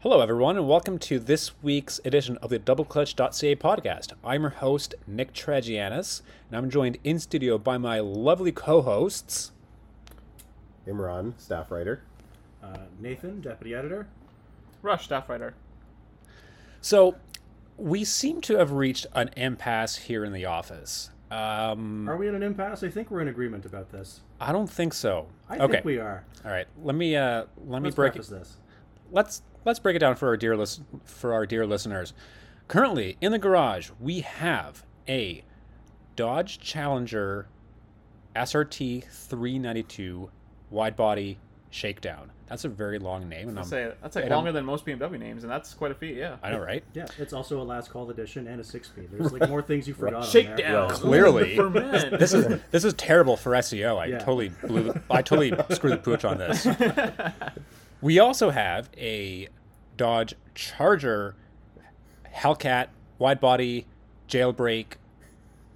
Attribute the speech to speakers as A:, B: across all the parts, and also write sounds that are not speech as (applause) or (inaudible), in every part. A: Hello, everyone, and welcome to this week's edition of the DoubleClutch.ca podcast. I'm your host, Nick Tragianis, and I'm joined in studio by my lovely co hosts.
B: Imran, staff writer.
C: Uh, Nathan, deputy editor.
D: Rush, staff writer.
A: So, we seem to have reached an impasse here in the office. Um,
C: Are we at an impasse? I think we're in agreement about this.
A: I don't think so.
C: I
A: okay,
C: think we are.
A: all right. Let me uh, let me
C: Let's
A: break
C: preface this.
A: let's let's break it down for our dear list for our dear listeners. Currently in the garage, we have a Dodge Challenger SRT 392 wide body shakedown. That's a very long name, and
D: I
A: I'm,
D: say that's like
A: and I'm-
D: longer than most BMW names, and that's quite a feat. Yeah.
A: I know, right?
C: Yeah, it's also a last call edition and a six speed. There's like more things you forgot. on there.
D: Shakedown.
A: Clearly.
D: Ooh, the
A: (laughs)
D: ferment.
A: This is this is terrible for SEO. I
C: Yeah.
A: totally blew. I totally screwed the pooch on (laughs) this. We also have a Dodge Charger Hellcat wide body jailbreak.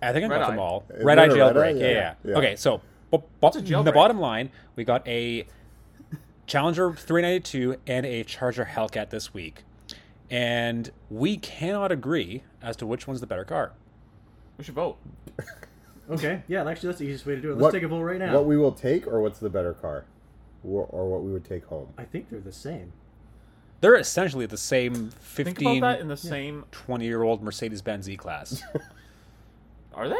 A: I think I got
D: Red-eye.
A: them all.
B: Isn't
A: Red eye
B: it a red-eye?
A: jailbreak. Yeah,
B: Yeah.
A: yeah.
B: Yeah.
A: Okay, so bo- bo-
D: a
A: the
D: jailbreak?
A: bottom line, we got a Challenger 392 and a Charger Hellcat this week, and we cannot agree as to which one's the better car.
D: we should vote.
C: (laughs) Okay, yeah, actually, that's the easiest way to do it. Let's
B: What-
C: take a vote right now.
B: What we will take, or what's the better car, or, or what we would take home?
C: I think they're the same.
A: They're essentially the same
D: Think about
A: 15,
D: that in the same.
A: 20 year old Mercedes Benz E (laughs) Class.
D: Are they?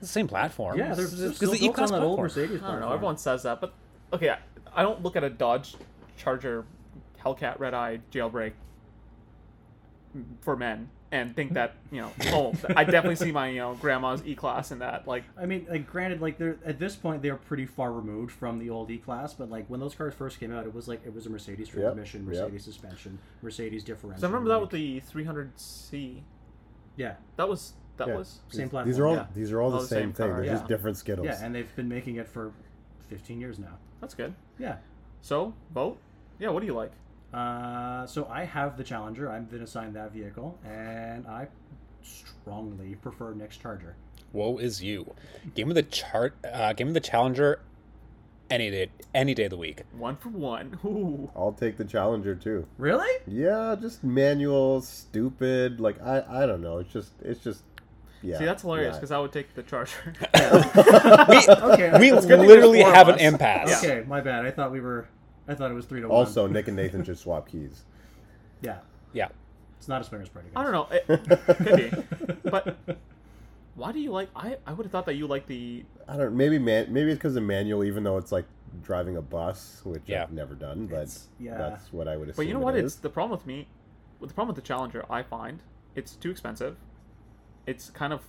A: the same
B: Um,
A: platform.
C: Yeah, they're,
A: It's-
C: they're
A: it's
C: still
A: the
C: built on
A: E-Class
C: that old
A: platform.
C: Mercedes.
D: I don't know.
C: platform.
D: Everyone says that, but okay. I, I don't look at a Dodge Charger, Hellcat, Red Eye, Jailbreak for men and think that
A: (laughs)
D: you know. Oh, I definitely see my you know grandma's E class in that. Like
C: I mean, like, granted, like they're at this point they are pretty far removed from the old E class, but like when those cars first came out, it was like it was a Mercedes transmission,
B: yep.
C: Mercedes suspension, Mercedes differential.
D: so I remember that
C: like-
D: with the 300C.
C: yeah,
D: That was that
B: Yeah.
D: was.
C: same
B: These-
C: platform.
B: These are all
C: yeah.
B: these are all, the, same, thing.
D: car,
B: They're
C: yeah.
B: just different Skittles.
C: yeah, and they've been making it for fifteen years now.
D: That's good.
C: Yeah.
D: So vote. Yeah. What do you like?
C: Uh, so I have the Challenger. I've been assigned that vehicle, and I strongly prefer Nick's Charger.
A: Woe is you. Give me the chart. Uh, give me the challenger. Any day, any day of the week.
D: One for one. Ooh.
B: I'll take the Challenger too.
C: Really?
B: Yeah, just manual, stupid. Like I, I don't know. It's just, it's just. Yeah.
D: See, that's hilarious
B: yeah.
D: because I would take the charger.
B: (laughs)
C: Okay.
A: We
C: okay,
D: gonna be
A: literally
D: the four of
A: have an
D: us.
A: impasse.
C: okay, my bad. I thought we were. I thought it was three to one.
B: also Nick and Nathan should swap keys.
C: yeah,
A: Yeah.
C: it's not a swingers party. Guys.
D: I don't know. It could be. But why do you like? I I would have thought that you like the.
B: I don't. Maybe man. Maybe it's because of manual, even though it's like driving a bus, which
A: Yeah.
B: I've never done. But
C: (laughs) It's- yeah.
B: that's what I would assume.
D: But you know what?
B: it
D: It's
B: is.
D: the problem with me. With the problem with the Challenger, I find it's too expensive. It's kind of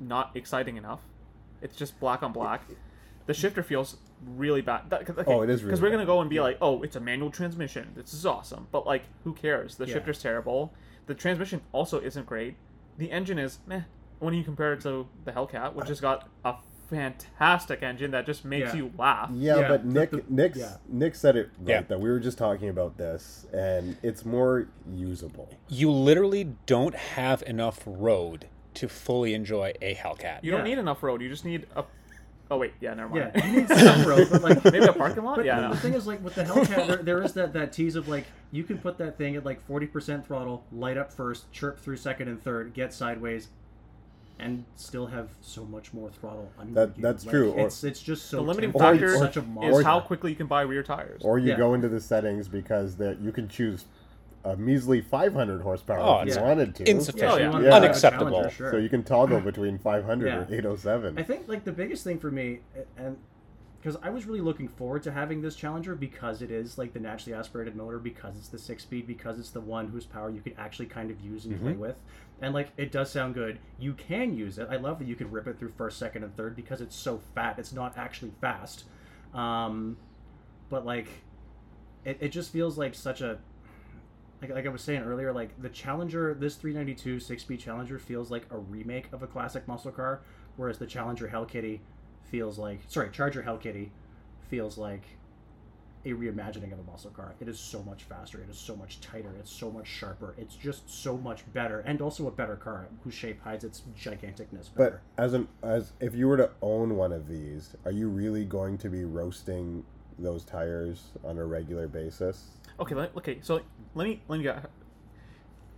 D: not exciting enough. It's just black on black. The shifter feels really bad. That, 'cause- okay,
B: Oh, it is really
D: Because we're
B: bad.
D: gonna go and be like, oh, it's a manual transmission. This is awesome. But like, who cares? The
C: Yeah.
D: shifter's terrible. The transmission also isn't great. The engine is meh. When you compare it to the Hellcat, which has got a fantastic engine that just makes
C: Yeah.
D: you laugh.
B: Yeah,
C: Yeah,
B: but
C: the-
B: Nick,
C: the-
B: Nick's,
C: yeah.
B: Nick said it right
A: Yeah.
B: that we were just talking about this, and it's more usable.
A: You literally don't have enough road to fully enjoy a Hellcat.
D: You don't
C: Yeah.
D: need enough road. You just need a. Oh wait, yeah, never mind. (laughs)
C: Yeah, you need some road, but like
D: Maybe a parking lot?
C: But
D: yeah.
C: the
D: no.
C: thing is, like with the
D: (laughs)
C: Hellcat, there, there is that that tease of like you can put that thing at like forty percent throttle, light up first, chirp through second and third, get sideways, and still have so much more throttle. Under
B: That-
C: you.
B: that's
C: Like,
B: true, or-
C: It's it's just so
D: the limiting
C: tempting. It's
D: factor
C: such a
D: is
C: monster.
D: how quickly you can buy rear tires.
B: Or you
C: Yeah.
B: go into the settings because that you can choose a measly 500 horsepower
A: Oh,
B: if
A: it's
B: you wanted to.
A: insufficient.
D: Oh, yeah.
C: want
B: Yeah.
C: to have a
A: Unacceptable.
C: Challenger, Sure.
B: So you can toggle between 500 or
C: Yeah.
B: 807.
C: I think like the biggest thing for me, a- and because I was really looking forward to having this Challenger because it is like the naturally aspirated motor, because it's the six speed, because it's the one whose power you can actually kind of use and play with, and like it does sound good. You can use it. I love that you can rip it through first, second, and third because it's so fat. It's not actually fast, um, but like it, it just feels like such a like, like I was saying earlier, like the Challenger, this 392 six speed Challenger feels like a remake of a classic muscle car, whereas the Challenger Hell Kitty feels like sorry Charger Hell Kitty feels like a reimagining of a muscle car. It is so much faster. It is so much tighter. It's so much sharper. It's just so much better, and also a better car whose shape hides its giganticness
B: but
C: better.
B: as an as if you were to own one of these, are you really going to be roasting those tires on a regular basis?
D: Okay, let, okay. So let me let me get.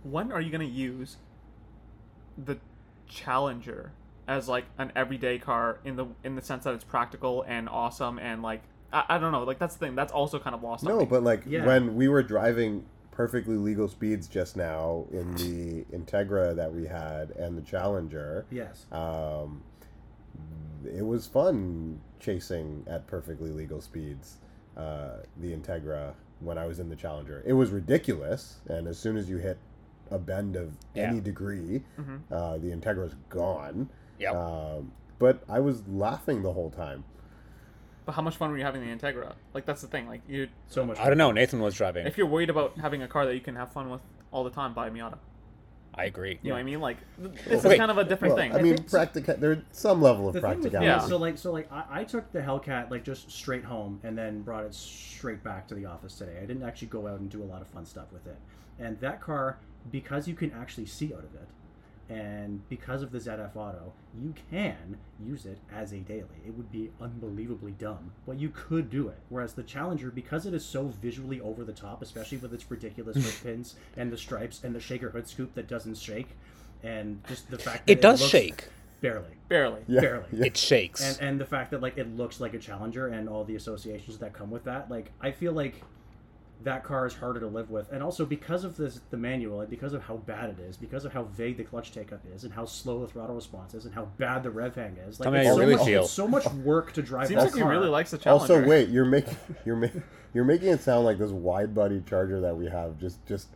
D: When are you gonna use the Challenger as like an everyday car in the in the sense that it's practical and awesome and like I, I don't know like that's the thing that's also kind of lost. on
B: No,
D: me.
B: but like
C: Yeah.
B: when we were driving perfectly legal speeds just now in the Integra that we had and the Challenger,
C: Yes.
B: um, it was fun chasing at perfectly legal speeds uh, the Integra when I was in the Challenger. It was ridiculous, and as soon as you hit a bend of any
A: Yeah.
B: degree,
D: Mhm.
B: uh, the Integra's gone.
A: Yep.
B: Um, but I was laughing the whole time.
D: But how much fun were you having in the Integra? Like that's the thing. Like you,
C: So much.
A: I don't know. Nathan was driving.
D: if you're worried about having a car that you can have fun with all the time, buy a Miata.
A: I agree.
D: You know what I mean? Like th- this
A: Wait.
D: is kind of a different
B: Well,
D: thing.
B: I mean,
C: think-
B: practica- there's some level of
C: the thing with
B: practicality.
D: Yeah.
C: me, so like so like I, I took the Hellcat like just straight home and then brought it straight back to the office today. I didn't actually go out and do a lot of fun stuff with it. And that car, because you can actually see out of it, and because of the ZF Auto, you can use it as a daily. It would be unbelievably dumb, but you could do it. Whereas the Challenger, because it is so visually over the top, especially with its ridiculous hood pins and the stripes and the shaker hood scoop that doesn't shake, and just the fact that
A: It does
C: looks-
A: shake.
C: barely.
D: Barely.
B: Yeah,
C: barely.
B: yeah.
A: It shakes.
C: and and the fact that like it looks like a challenger and all the associations that come with that like i feel like that car is harder to live with and also because of this the manual and because of how bad it is because of how vague the clutch take up is and how slow the throttle response is and how bad the rev hang is like
A: Tell me
C: it's
B: how
C: so,
B: you really
C: much,
A: feel.
C: it's so much work to drive
D: Seems
C: that
D: like he
C: car.
D: really likes the Challenger.
B: Also, wait, you're making (laughs) you're making you're making it sound like this wide body charger that we have just just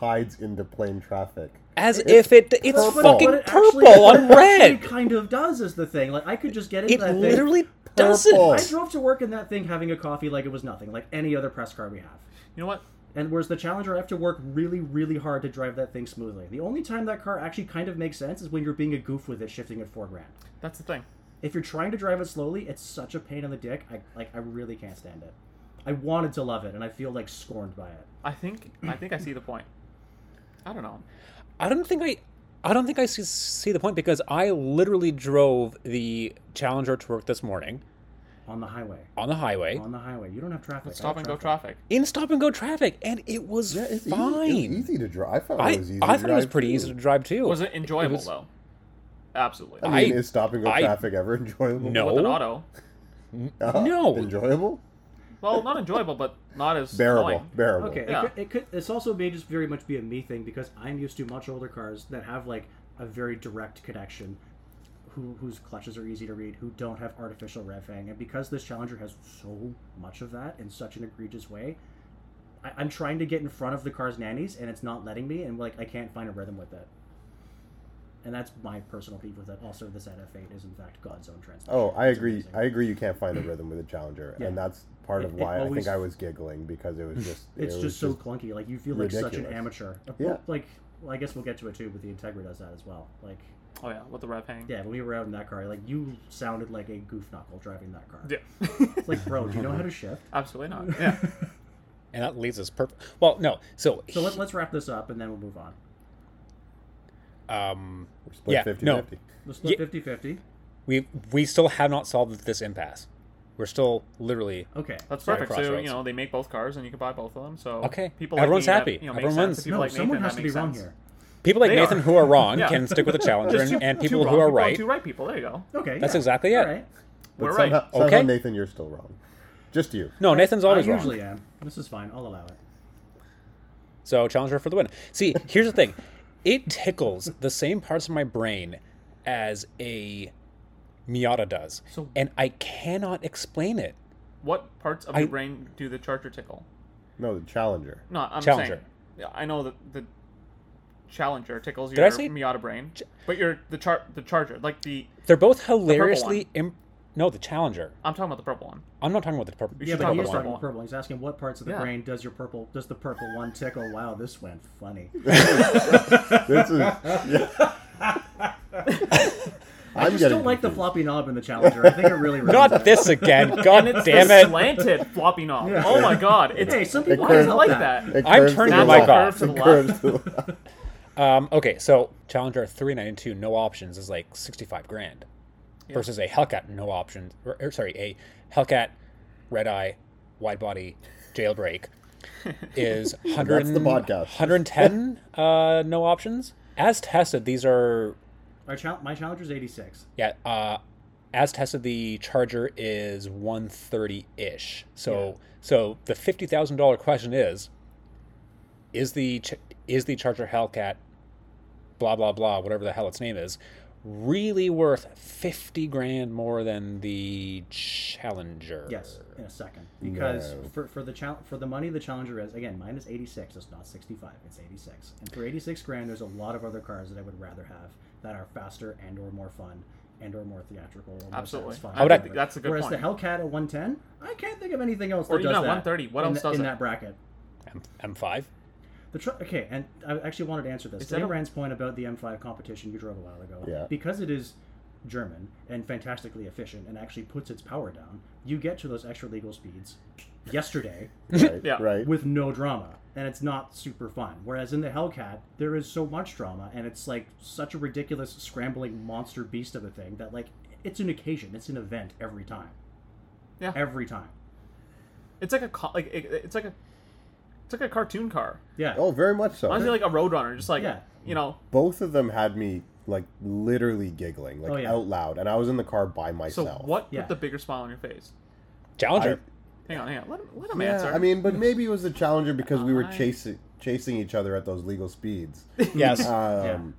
B: hides into plain traffic.
A: As if it it's
B: purple.
A: fucking
C: But it actually-
A: purple on
C: what it actually
A: red.
C: kind of does is the thing like i could just get into
A: It
C: that thing
A: literally doesn't.
B: Purple.
C: i drove to work in that thing having a coffee like it was nothing like any other press car we have
D: You know what?
C: And whereas the Challenger, I have to work really, really hard to drive that thing smoothly. The only time that car actually kind of makes sense is when you're being a goof with it, shifting at four grand.
D: That's the thing.
C: If you're trying to drive it slowly, it's such a pain in the dick. I like, I really can't stand it. I wanted to love it, and I feel like scorned by it.
D: I think I think I see the point. I don't know.
A: I don't think I. I don't think I see, see the point because I literally drove the Challenger to work this morning
C: On the highway,
A: on the highway
C: on the highway, you don't have traffic. I
D: Stop
C: have
D: and go traffic.
A: in stop and go traffic, and it was
B: Yeah, it's
A: fine.
B: Easy, it's easy to drive. I found
A: I,
B: it was easy.
A: I
B: to
A: thought it was
B: drive,
A: pretty
B: too.
A: easy to drive too.
D: Was it enjoyable
A: was-
D: though? Absolutely.
B: I mean,
A: I-
B: is stop and go
A: I-
B: traffic ever (laughs) enjoyable?
A: No.
D: With an auto.
B: Uh,
A: No.
B: enjoyable,
D: Well, not enjoyable, but not as
B: bearable,
D: annoying.
B: bearable.
C: Okay,
D: Yeah.
C: it, could, it could. This also may just very much be a me thing because I'm used to much older cars that have like a very direct connection, who whose clutches are easy to read, who don't have artificial rev hang, and because this Challenger has so much of that in such an egregious way, I, I'm trying to get in front of the car's nannies and it's not letting me, and like I can't find a rhythm with it. And that's my personal beef with it. Also, the ZF8 is in fact God's own transmission.
B: Oh, I
C: It's
B: agree.
C: amazing.
B: I agree. You can't find a rhythm with a Challenger,
C: Yeah.
B: and that's part
C: It-
B: of
C: it
B: why I
C: always- Hmm.
B: think I was giggling because it was just
C: It's
B: it was
C: just so clunky. Like you feel like such an
B: ridiculous.
C: amateur.
B: Yeah.
C: Like well, I guess we'll get to it too, but the Integra does that as well. Like
D: Oh yeah, with the rev hang.
C: yeah, when we were out in that car, like you sounded like a goof knuckle driving that car.
D: Yeah.
C: It's like, bro, do you know how to shift?
D: (laughs) Absolutely not. Yeah.
C: (laughs)
A: and that leaves us perfect. Well, no. So,
C: So let, let's wrap this up and then we'll move on.
A: um,
B: We're split
A: Yeah,
B: 50
A: no.
B: 50.
C: We'll split
A: Yeah.
C: 50 50.
A: we we still have not solved this impasse. We're still literally
C: Okay.
D: That's
A: Sorry,
D: perfect. So you
A: Crossroads.
D: know they make both cars, and you can buy both of them. So
A: Okay.
D: people like
A: Everyone's
D: me that,
A: happy.
D: you know, make
A: Everyone
D: sense.
A: wins.
D: People
C: no,
D: like
C: someone
D: Nathan,
C: has to
D: that
C: be
D: makes
C: wrong
D: sense.
C: here.
A: people like
D: They
A: Nathan
D: are.
A: who are wrong
D: (laughs) Yeah.
A: can stick with the challenger,
D: Just
A: and,
D: two-
A: and
D: two
A: people
D: wrong
A: who are
D: people and
A: right.
D: Two right people. There you go.
C: Okay.
A: That's
C: yeah.
A: exactly it.
C: All right.
B: But
D: We're
B: somehow,
D: right.
B: somehow
A: Okay.
B: Nathan, you're still wrong. Just you.
A: No, Nathan's
C: I
A: always wrong.
C: usually am. This is fine. I'll allow it.
A: So challenger for the win. See, here's the thing. It tickles the same parts of my brain as a Miata does.
D: So-
A: and I cannot explain it.
D: What parts of
A: I-
D: your brain do the charger tickle?
B: No, the Challenger.
D: No, I'm
A: Challenger.
D: saying. Yeah, I know that the Challenger tickles
A: I
D: your
A: say-
D: Miata brain, but your the char the Charger, like the
A: They're both hilariously Im- no, the challenger.
D: I'm talking about the purple one.
A: I'm not talking about the purple.
D: You
C: Yeah,
D: should
C: but
D: talk
C: he
A: purple
C: is
D: about
A: one.
C: talking
D: one.
C: purple. He's asking what parts of the
D: Yeah.
C: brain does your purple does the purple one tickle? Wow, this went funny.
B: This is. yeah.
C: I
B: I'm
C: just
B: getting
C: don't like the
B: confused.
C: floppy knob in the Challenger. I think it really ruins
A: Not
C: it.
A: this again.
D: (laughs)
A: God
D: It's
A: damn
D: the
A: it. (laughs)
D: slanted floppy knob. Oh my god! It's
C: Hey, some
B: It
C: people
B: curves-
C: don't
D: like
C: like that.
D: that.
B: It
A: I'm
B: curves to
A: turning
B: the
A: the mic
B: left.
A: off.
D: Curve to the
B: It
D: left.
B: curves to the left.
A: Um, okay, so Challenger 392 no options is like 65 grand versus a Hellcat no er, options or, or sorry, a Hellcat red eye wide body jailbreak is 100,
B: That's the podcast.
A: 110 uh, no options. As tested, these are
C: Our chal- my challenger's 86.
A: yeah. Uh, as tested, the charger is 130 ish. So so the fifty thousand dollar question is: is the ch- is the charger Hellcat, blah blah blah, whatever the hell its name is, really worth fifty grand more than the Challenger?
C: Yes, in a second. Because
B: No.
C: for, for the chal- for the money the challenger is again, mine is 86. It's not 65. It's 86. And for 86 grand, there's a lot of other cars that I would rather have that are faster and or more fun and or more theatrical. Or more
D: Absolutely.
C: satisfying.
D: I
A: would
D: think that's a good
C: Whereas
D: point.
C: the Hellcat at 110, I can't think of anything else.
D: Or
C: that
D: even
C: does
D: at
C: that
D: 130, what
C: in
D: else
C: the-
D: does
C: in
D: it?
C: that bracket?
A: M- M5.
C: The tr- okay, and I actually wanted to answer this.
D: Is that
C: Dana
D: a-
C: Rand's point about the M5 competition you drove a while ago.
B: Yeah.
C: Because it is German and fantastically efficient and actually puts its power down, you get to those extra legal speeds
B: (laughs)
C: yesterday
B: Right.
D: Yeah.
B: Right.
C: with no drama. And it's not super fun. Whereas in the Hellcat, there is so much drama and it's like such a ridiculous scrambling monster beast of a thing that like it's an occasion, it's an event every time.
D: Yeah.
C: Every time.
D: It's like a co- like it, it's like a it's like a cartoon car.
C: Yeah.
B: Oh, very much so.
D: Honestly, like a Roadrunner, just like
C: Yeah.
D: you know.
B: Both of them had me like literally giggling, like
C: Oh, yeah.
B: out loud, and I was in the car by
D: So
B: myself.
D: what
C: Yeah.
D: put the bigger smile on your face?
A: Challenger.
D: Hang on, hang on. Let him, let him
B: Yeah,
D: answer.
B: I mean, but maybe it was a challenger because we were
D: I-
B: chasing chasing each other at those legal speeds. (laughs)
A: yes.
B: Um,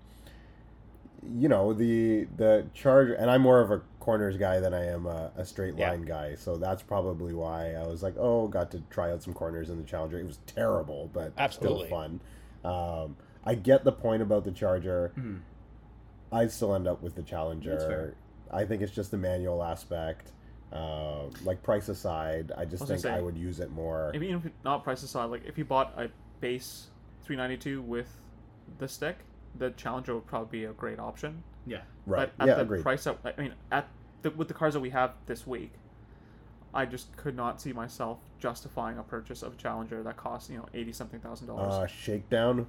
B: You know the the charger, and I'm more of a corners guy than I am a, a straight
A: Yeah.
B: line guy, so that's probably why I was like, oh, got to try out some corners in the challenger. It was terrible, but
A: Absolutely.
B: still fun. Um, I get the point about the charger.
C: Mhm.
B: I still end up with the Challenger.
C: That's fair.
B: I think it's just the manual aspect. Uh, like price aside, I just
D: I was gonna
B: think I
D: say,
B: would use it more.
D: If- even if it- not price aside, like if you bought a base 392 with the stick, the Challenger would probably be a great option.
C: Yeah.
B: right?
D: But at
B: yeah,
D: the
B: agreed.
D: price that I mean, at the, with the cars that we have this week, I just could not see myself justifying a purchase of a Challenger that costs you know eighty something thousand
B: uh,
D: dollars.
B: shakedown.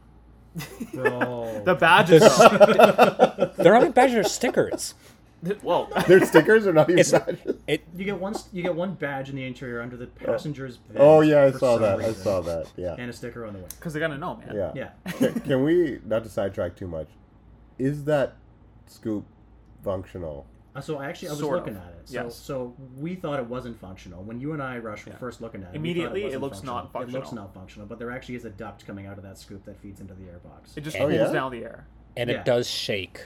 B: (laughs)
C: Oh.
D: The badges. though.
A: (laughs)
D: (laughs)
A: They're not badger stickers.
D: Whoa. (laughs)
B: Their stickers are not even badges.
A: It
C: You get one. You get one badge in the interior under the passenger's. Bed
B: Oh yeah, I
C: for
B: saw
C: some
B: that. I
C: reason,
B: saw that. Yeah,
C: And a sticker on the wing.
D: Because they gotta know, man.
B: yeah.
C: Yeah.
B: Can, can we not to sidetrack too much? Is that scoop functional?
C: Uh, So I actually I was
D: Sort of,
C: looking at it. So,
D: yes.
C: so we thought it wasn't functional when you and I Rush were first looking at it. we thought
D: Immediately,
C: wasn't
D: it looks not
C: It looks
D: functional.
C: not functional, but there actually is a duct coming out of that scoop that feeds into the air box.
D: It just
A: Oh,
D: pulls
B: yeah?
D: down the air.
A: and
C: Yeah.
A: it does shake.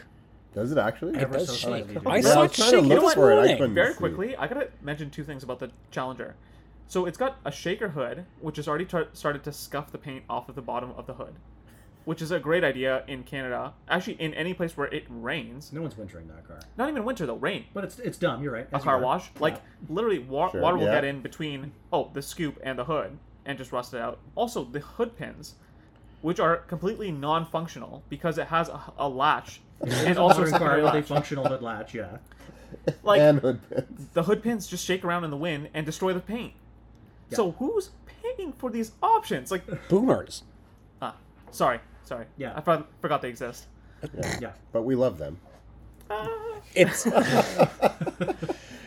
B: Does it actually?
A: It
C: Ever
A: does
C: so
A: shake.
C: slightly,
A: I
C: dude.
B: Yeah, I
A: saw
B: was
A: it
B: trying to
A: shake
B: look
A: this
B: for it. I
A: morning.
B: couldn't-
D: Very
B: see.
D: quickly, I gotta mention two things about the Challenger. So it's got a shaker hood, which has already tar- started to scuff the paint off of the bottom of the hood, which is a great idea in Canada. Actually, in any place where it rains.
C: no one's wintering that car,
D: Not even winter though, rain.
C: but it's it's dumb. You're right.
D: A
C: as you
D: car
C: are.
D: wash, like literally, wa-
B: Sure,
D: water will
B: yeah.
D: get in between oh the scoop and the hood and just rust it out. Also, the hood pins, which are completely non-functional because it has a, a
C: (laughs)
D: latch (laughs) and also a
C: Modern car
D: secondary
C: with a
D: latch.
C: functional
D: (laughs)
C: hood latch. Yeah.
D: Like
B: and hood pins.
D: the hood pins just shake around in the wind and destroy the paint.
C: Yeah.
D: So who's paying for these options?
C: (laughs)
D: Like,
A: Boomers.
D: ah, sorry, sorry.
C: Yeah.
D: I for- forgot they exist.
C: Yeah.
B: But we love them.
C: Mm.
D: Ah.
A: It's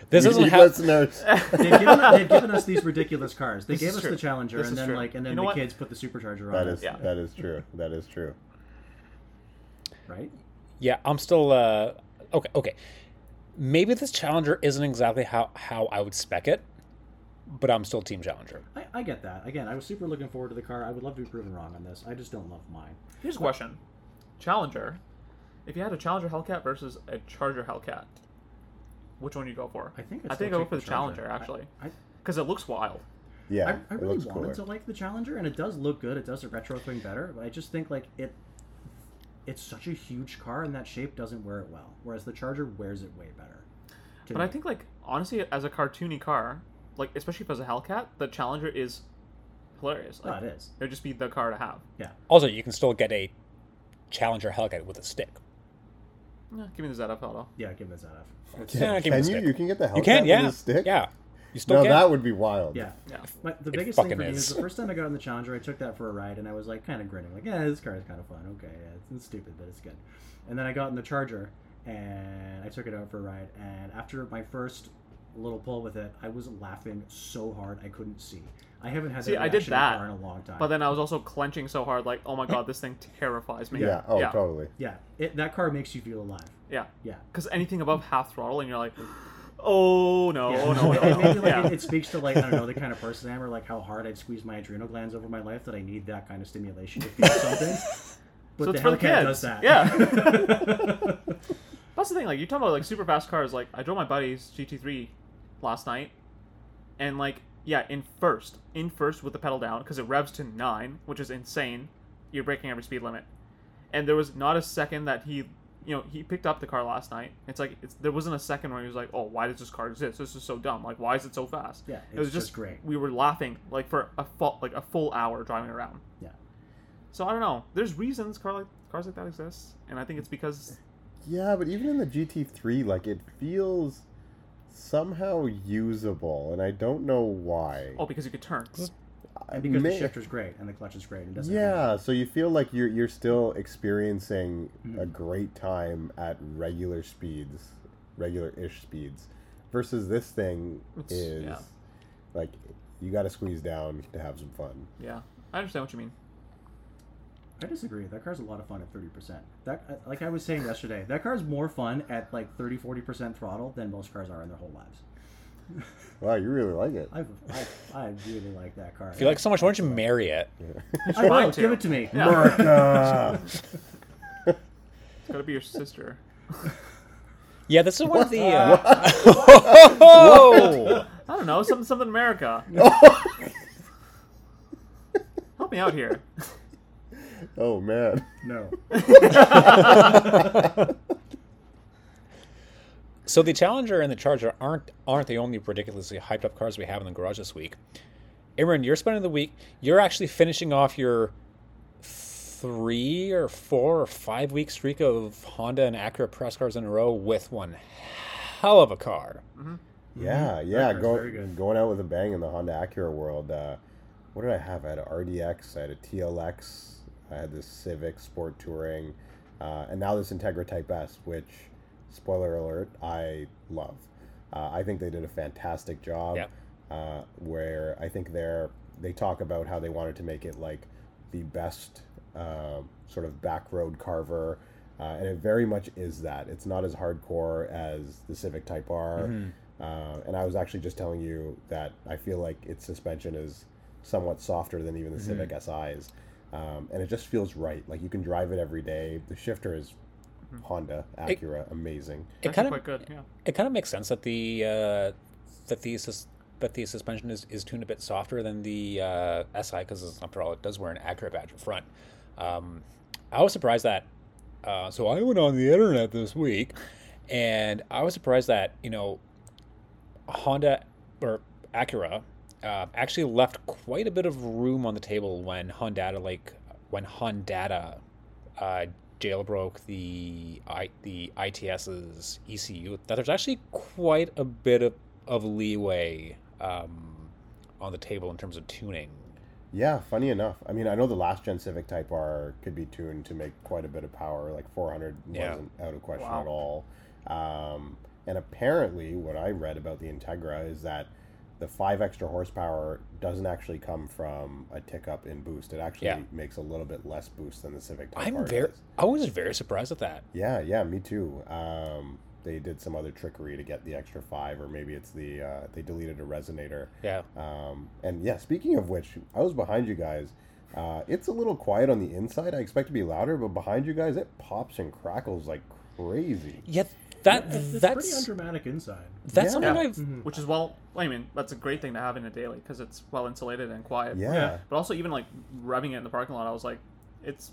A: this doesn't
B: You
A: happen. (laughs)
B: listeners.
C: They've given, they've given us these ridiculous cars. They
D: This
C: gave
D: is
C: us
D: true.
C: the Challenger,
D: This
C: and
D: is
C: then
D: true.
C: like, and
D: You
C: then
D: know
C: the
D: what?
C: kids put the supercharger on.
B: That is
C: it,
D: Yeah.
B: that is true. That is true.
C: right.
A: Yeah, I'm still. Uh, okay, okay. Maybe this Challenger isn't exactly how how I would spec it, but I'm still Team Challenger.
C: I, I get that. Again, I was super looking forward to the car. I would love to be proven wrong on this. I just don't love mine.
D: Here's a question: Challenger, if you had a Challenger Hellcat versus a Charger Hellcat, which one you go for?
C: I think
D: I
C: I'd
D: think I
C: still
D: go
C: take
D: for the
C: the Challenger.
D: Challenger actually,
C: I,
D: because it looks wild.
B: Yeah,
C: I, I
B: it
C: really
B: looks
C: wanted
B: cooler.
C: to like the Challenger, and it does look good. It does the retro thing better, but I just think like it, it's such a huge car, and that shape doesn't wear it well. Whereas the Charger wears it way better. to
D: But I
C: me.
D: think like honestly, as a cartoony car, like especially if it's a Hellcat, the Challenger is hilarious.
C: Oh,
D: Like,
C: it is.
D: It would just be the car to have.
A: Also, you can still get a Challenger Hellcat with a stick.
D: Yeah, give me the ZF photo.
C: Yeah, give it that F.
A: Yeah, give me
B: can
A: the
B: you?
A: stick.
B: You can get the Hellcat
A: You can, yeah,
B: with a stick.
A: yeah. You still
B: No,
A: can.
B: that would be wild.
C: Yeah.
D: Yeah.
C: My, the
A: It
C: biggest thing
A: fucking
C: for me is
A: is.
C: the first time I got on the Challenger, I took that for a ride, and I was like kind of grinning, like, yeah, this car is kind of fun. Okay, yeah, it's, it's stupid, but it's good. And then I got in the Charger, and I took it out for a ride, and after my first little pull with it, I was laughing so hard I couldn't see. I haven't had
D: See,
C: that
D: I did
C: reaction in a
D: that,
C: car in a long time.
D: But then I was also clenching so hard, like, oh my god, this thing terrifies me.
B: Yeah. Oh,
D: yeah.
B: totally.
C: yeah, it, that car makes you feel alive.
D: Yeah.
C: Yeah.
D: Because anything above half throttle, and you're like, (gasps) oh no,
C: Yeah.
D: oh
C: (laughs)
D: no,
C: And
D: no,
C: maybe
D: no.
C: like
D: yeah.
C: it, it speaks to like I don't know the kind of person I am, or like how hard I'd squeeze my adrenal glands over my life that I need that kind of stimulation to feel
D: (laughs)
C: something. But the
D: So it's for the
C: Hellcat does
D: kids.
C: that.
D: Yeah. That's the thing. Like you talk about like super fast cars. Like I drove my buddy's GT3 last night, and like yeah, in first, in first with the pedal down because it revs to nine, which is insane. You're breaking every speed limit, and there was not a second that he, you know, he picked up the car last night. It's like it's, there wasn't a second where he was like, oh, why does this car exist? This is so dumb. Like why is it so fast?
C: (laughs) yeah, it's
D: it was
C: just,
D: just,
C: great.
D: We were laughing like for a full like a full hour driving around.
C: Yeah.
D: So I don't know. There's reasons car like, cars like that exist, and I think it's because
B: Yeah, but even in the GT3, like it feels somehow usable, and I don't know why.
D: oh because you could turn.
B: I
C: And because
B: may-
C: the shifter's great and the clutch is great and doesn't.
B: yeah, so you feel like you're you're still experiencing a
C: Mhm.
B: great time at regular speeds, regular-ish speeds, versus this thing
D: It's-
B: is
D: yeah.
B: like you got to squeeze down to have some fun.
D: Yeah, I understand what you mean.
C: I disagree. That car's a lot of fun at 30%. That uh, like I was saying yesterday, that car's more fun at like 30 40% throttle than most cars are in their whole lives.
B: Wow, you really like it.
C: I I, I really like that car.
A: If you like so much, why don't you marry it?
D: It's
C: I will,
D: fine
C: give it to me.
D: Yeah.
B: America.
D: It's gotta be your sister.
A: Yeah, this is one of the.
B: What?
A: Uh... (laughs) Whoa!
D: I don't know, something something America. (laughs) Help me out here.
B: (laughs) oh man.
C: No.
A: So the Challenger and the Charger aren't aren't the only ridiculously hyped up cars we have in the garage this week. Aaron, you're spending the week. You're actually finishing off your three or four or five week streak of Honda and Acura press cars in a row with one hell of a car.
B: Yeah, yeah.
C: car's
B: Go,
C: Mm-hmm. very good.
B: going out with a bang in the Honda Acura world. Uh, what did I have? I had a RDX, I had a TLX, I had this Civic Sport Touring, uh, and now this Integra Type S, which, spoiler alert, I love. Uh, I think they did a fantastic job.
A: Yeah.
B: Uh, where I think they're they talk about how they wanted to make it like the best um sort of back road carver. Uh, and it very much is that. It's not as hardcore as the Civic Type R. Uh, and I was actually just telling you that I feel like its suspension is somewhat softer than even the Civic SI's, um, and it just feels right. Like you can drive it every day. The shifter is Honda Acura, amazing.
A: It
D: Actually
A: kind of
D: quite good, yeah.
A: it kind of makes sense that the uh, that the sus- that the suspension is, is tuned a bit softer than the uh, SI because after all it does wear an Acura badge in front. Um, I was surprised that. Uh, so I went on the internet this week, and I was surprised that you know Honda or Acura uh, actually left quite a bit of room on the table when Hondata like when Hondata uh, jailbroke the I, the ITS's ECU. That there's actually quite a bit of, of leeway um, on the table in terms of tuning.
B: Yeah, funny enough. I mean, I know the last gen Civic Type R could be tuned to make quite a bit of power. Like 400
A: Yeah.
B: wasn't out of question
D: Wow.
B: at all. Um, and apparently, what I read about the Integra is that the five extra horsepower doesn't actually come from a tick up in boost. It actually
A: Yeah.
B: makes a little bit less boost than the Civic Type R.
A: I'm very
B: does.
A: I was very surprised at that.
B: Yeah, yeah, me too. Um, they did some other trickery to get the extra five, or maybe it's the uh, they deleted a resonator.
A: Yeah.
B: Um, and yeah, speaking of which, I was behind you guys. Uh, it's a little quiet on the inside. I expect to be louder, but behind you guys, it pops and crackles like crazy.
A: Yeah, that
C: It's- it's pretty
A: that's Mm-hmm.
C: undramatic inside.
A: that's
B: Yeah.
A: something
D: Yeah.
A: I've
C: Mhm.
D: Which is well, I mean, that's a great thing to have in a daily because it's well insulated and quiet.
B: Yeah.
C: Yeah.
D: But also, even like revving it in the parking lot, I was like, it's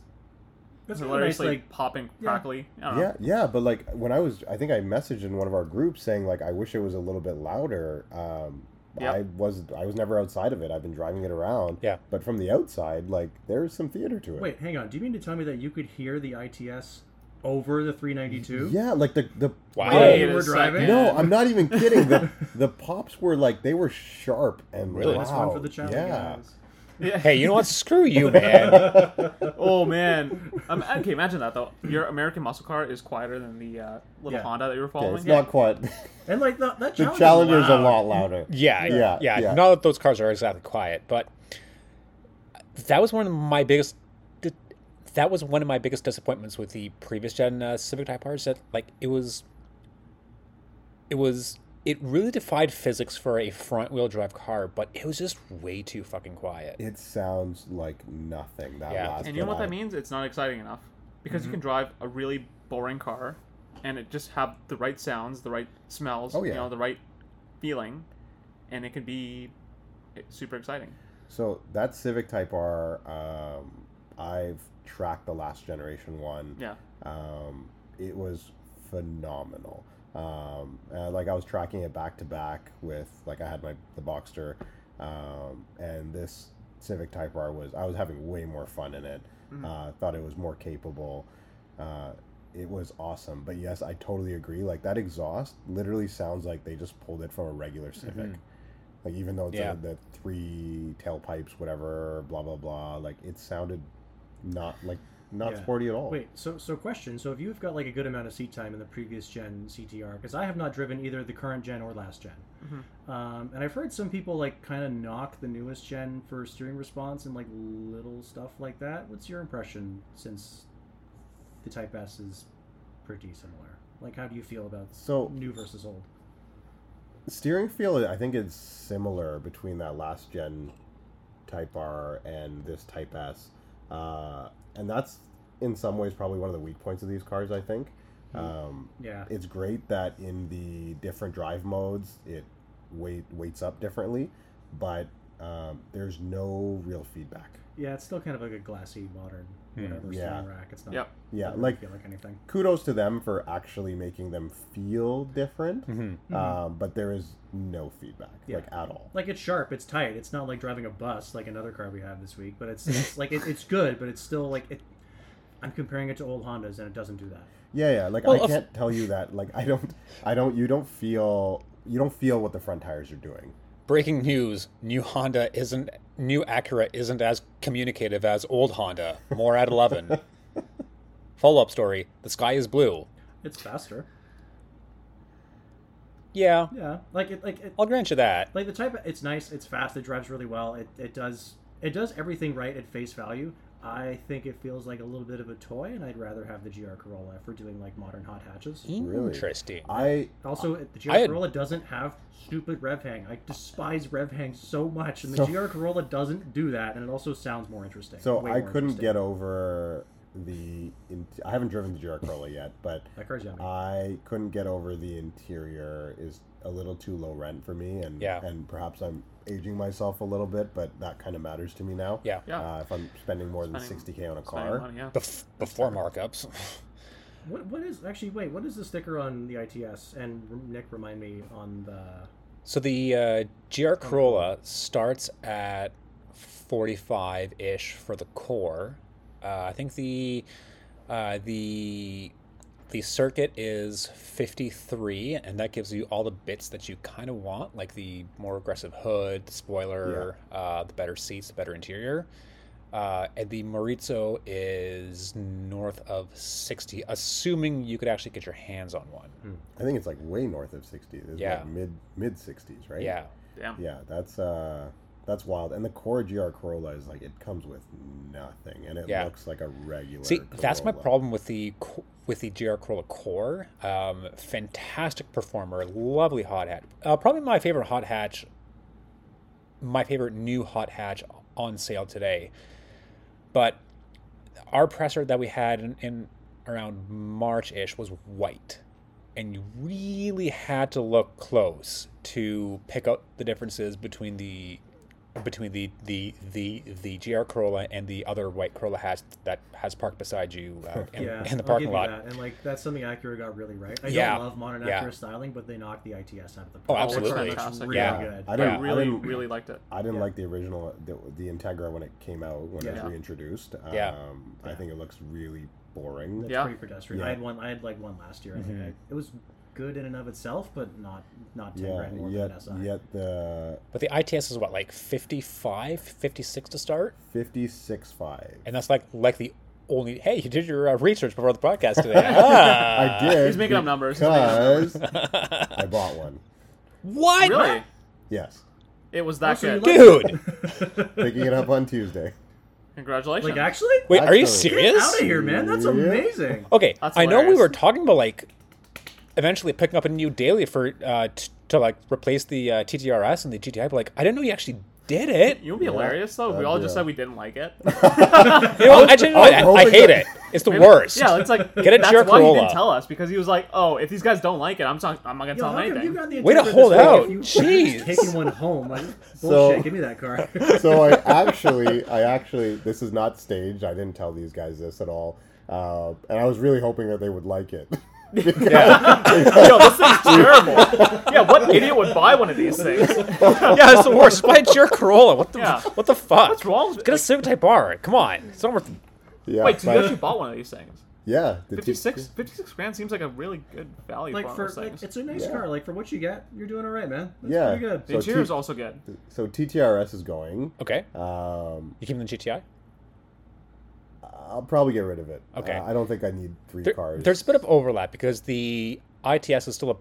C: That's really nice,
D: hilariously
C: like
D: popping,
C: yeah.
D: crackly. I don't know.
B: Yeah, yeah, but like when I was, I think I messaged in one of our groups saying like I wish it was a little bit louder. Um,
D: Yep.
B: I was I was never outside of it. I've been driving it around.
A: Yeah.
B: But from the outside, like there's some theater to it.
C: Wait, hang on. Do you mean to tell me that you could hear the ITS over the 392?
B: Yeah, like the the
A: Wow.
B: Oh,
D: Wait
C: you
D: a
C: were driving?
D: second.
B: No, I'm not even kidding. The the pops were like they were sharp and
A: Really?
B: loud.
C: That's one for the challenge,
B: yeah.
C: guys.
D: (laughs) Yeah.
A: Hey, you know what? Screw you, man.
D: Oh, oh man. Um, okay, imagine that though. Your American muscle car is quieter than the uh, little
C: Yeah.
D: Honda that you were
B: Okay,
D: following.
B: it's not quite. (laughs)
C: And like the, that
B: The
C: challenge
B: Challenger's
C: is
B: a
C: loud.
B: lot louder.
A: Yeah, yeah,
B: Yeah,
A: yeah.
B: yeah.
A: Not that those cars are exactly quiet, but that was one of my biggest. That was one of my biggest disappointments with the previous gen uh, Civic Type R's. That like it was. It was. It really defied physics for a front wheel drive car, but it was just way too fucking quiet.
B: It sounds like nothing. That
A: Yeah.
B: last
D: And you know
B: bit
D: what that
B: out.
D: means? It's not exciting enough because
B: Mm-hmm.
D: you can drive a really boring car, and it just have the right sounds, the right smells,
B: Oh,
D: you
B: yeah.
D: know, the right feeling, and it can be eh, super exciting.
B: So that Civic Type R, um, I've tracked the last generation one.
D: Yeah.
B: Um, it was phenomenal. Um, uh, like I was tracking it back to back with like I had my the Boxster, um, and this Civic Type R was I was having way more fun in it.
D: Mhm.
B: Uh, thought it was more capable. Uh, it was awesome. But yes, I totally agree. Like that exhaust literally sounds like they just pulled it from a regular Civic.
A: Mhm.
B: Like even though it's
A: Yeah.
B: uh, the three tailpipes, whatever, blah blah blah. Like it sounded not like not
C: Yeah.
B: sporty at all.
C: Wait, so so question. So if you've got like a good amount of seat time in the previous gen CTR, because I have not driven either the current gen or last general um, and I've heard some people like kind of knock the newest gen for steering response and like little stuff like that. What's your impression since the Type S is pretty similar? Like, how do you feel about
B: So
C: new versus old?
B: steering feel i think is similar between that last gen type r and this type s uh, and that's in some ways probably one of the weak points of these cars i think
C: Mm-hmm.
B: um,
C: Yeah,
B: it's great that in the different drive modes it weight weights up differently but um, there's no real feedback
C: yeah, it's still kind of like a glassy modern
A: Hmm.
C: whatever
B: Yeah.
C: steering rack. It's not.
D: Yep.
B: yeah
C: doesn't really
B: like
C: feel like anything.
B: kudos to them for actually making them feel different
A: hmm
B: um, but there is no feedback
C: Mm-hmm. Yeah.
B: like at all
C: Like it's sharp, it's tight. It's not like driving a bus like another car we have this week, but it's,
B: (laughs)
C: it's like it, it's good, but it's still like it. I'm comparing it to old Hondas, and it doesn't do that.
B: Yeah, yeah. Like
A: Well,
B: I
A: of-
B: can't tell you that. Like I don't, I don't. You don't feel. You don't feel what the front tires are doing.
A: Breaking news: New Honda isn't new Acura isn't as communicative as old Honda. More at
B: (laughs)
A: eleven. Follow up story: The sky is blue.
C: It's faster.
A: Yeah,
C: Yeah, like it, like it,
A: I'll grant you that.
C: like the type. It's nice. It's fast. It drives really well. It it does it does everything right at face value. I think it feels like a little bit of a toy, and I'd rather have the GR Corolla for doing like modern hot hatches.
B: Really?
A: Interesting.
B: I
C: Also, it- the GR
A: Uh, I had-
C: Corolla doesn't have stupid rev hang. I despise rev hang so much, and
B: So-
C: the GR Corolla doesn't do that, and it also sounds more interesting.
B: so
C: way
B: I
C: more
B: couldn't
C: interesting.
B: get over the. In, I haven't driven the GR Corolla yet, but
C: that car's yummy.
A: Uh,
B: I couldn't get over the interior is a little too low rent for me, and
A: Yeah.
B: and perhaps I'm aging myself a little bit, but that kind of matters to me now.
A: Yeah.
D: Yeah.
B: Uh, if I'm spending more than
D: Oh. Spending-
B: sixty k on a
D: Spending
B: car,
D: money, yeah.
A: Bef- before markups. (laughs)
C: What, what is actually wait? What is the sticker on the ITS? And Nick, remind me on the
A: So the uh, GR Corolla starts at 45 ish for the core. Uh, I think the uh, the the circuit is 53, and that gives you all the bits that you kind of want, like the more aggressive hood, the spoiler, uh, the better seats, the better interior. Uh, and the Marizzo is north of 60, assuming you could actually get your hands on one.
B: I think it's like way north of sixty. It's
A: Yeah.
B: like mid mid sixties, right?
A: Yeah.
D: Damn.
B: Yeah, that's uh that's wild. And the core GR Corolla is like it comes with nothing and it
A: Yeah.
B: looks like a regular
A: See, that's my
B: Corolla.
A: problem with the co- with the GR Corolla Core. Um, fantastic performer, lovely hot hatch. Uh, probably my favorite hot hatch. My favorite new hot hatch on sale today. But our presser that we had in, in around March ish was white, and you really had to look close to pick out the differences between the between the the the the GR Corolla and the other white Corolla hatch that has parked beside you
C: (laughs)
A: uh, in,
C: yeah
A: in the
C: I'll
A: parking
C: give you
A: lot.
C: that. And like that's something Acura got really right. I
A: Yeah.
C: don't love modern
A: Yeah.
C: Acura styling, but they knocked the ITS out of the park.
A: Oh,
D: it's
A: absolutely.
C: It's
D: fantastic.
C: really
A: Yeah.
C: good.
B: I
D: I
B: don't
A: Yeah.
B: I
D: really,
B: didn't,
D: really liked it.
B: I didn't
C: yeah.
B: like the original the, the Integra when it came out when it
C: Yeah.
B: was reintroduced. Um
A: Yeah.
B: I think it looks really boring.
D: Yeah.
C: Pretty pedestrian.
B: Yeah.
C: I had one. I had like one last year. I think
A: Mhm.
C: I- it was good in and of itself, but not not ten
B: Yeah,
C: grand more
B: yet,
C: than an SI.
B: yet the
A: But the ITS is what, like 55, 56 to start?
B: fifty-six
A: (laughs)
B: five. (laughs)
A: And that's like like the only. Hey, you did your uh, research before the podcast today. Ah.
B: (laughs) I did.
D: He's making up
B: (laughs)
D: numbers. (laughs) He's making up
B: Because
A: (laughs)
B: I bought one.
A: What?
D: Really?
B: Yes,
D: It was that
C: Also, you
D: good.
C: like-
A: Dude!
B: picking it up
A: (laughs)
B: on Tuesday.
D: Congratulations.
C: Like actually,
A: Wait, are you
B: Actually-
A: serious?
C: out of here, man. That's
B: Yeah. Oh,
C: amazing.
A: Okay,
D: That's
A: I know we
D: hilarious.
A: were talking about like eventually picking up a new daily for uh, t- to like replace the uh, TTRS and the GTI, but like I didn't know you actually did it.
D: you would be hilarious though. if we
B: that'd
D: all
B: be
D: just
B: a-
D: said we didn't
B: (laughs)
D: like it.
A: You know, I, genuinely-
B: I was
A: I, I
B: hoping
A: hate it.
B: that-
A: It's the worst.
D: Yeah, it's like
A: Get a
D: that's
A: Jared
D: why he
A: Corolla.
D: didn't tell us because he was like, "Oh, if these guys don't like it, I'm not, I'm not gonna
C: Yo,
D: tell
C: how
D: them
C: come you
D: anything."
C: got the
A: Way to
C: Integra this
A: hold
C: way if
A: out.
C: (laughs) you-
A: Jeez.
C: taking one home. Like, bullshit.
B: (laughs) So-
C: give me
B: (laughs)
C: that car.
B: so I actually, I actually, this is not staged. I didn't tell these guys this at all, uh, and I was really hoping that they would like it. (laughs)
D: Yo, this thing's terrible. yeah, what idiot would buy one of
B: (laughs)
D: these things?
A: (laughs) yeah, it's the worst. Buy a Jared Corolla. What the
D: Yeah.
A: what the fuck?
D: What's wrong? with
A: Get a Civic Type R. Come on, it's not worth.
B: yeah,
D: Wait, so you
B: but-
D: actually bought one of these things?
B: yeah, the
D: 56, 56 grand seems like a really good value
C: like
D: for one
C: for
D: of those
C: like,
D: things.
C: it's a nice
B: Yeah.
C: car. Like for what you get, you're doing all right, man. That's
B: Yeah.
C: pretty good.
D: the
B: So
D: interior is
B: cheap.
D: also good.
B: T- so TTRS is going.
A: Okay,
B: Um,
A: you keeping the GTI?
B: I'll probably get rid of it.
A: Okay.
B: Uh, I don't think I need three
A: There-
B: cars.
A: There's a bit of overlap because the ITS is still a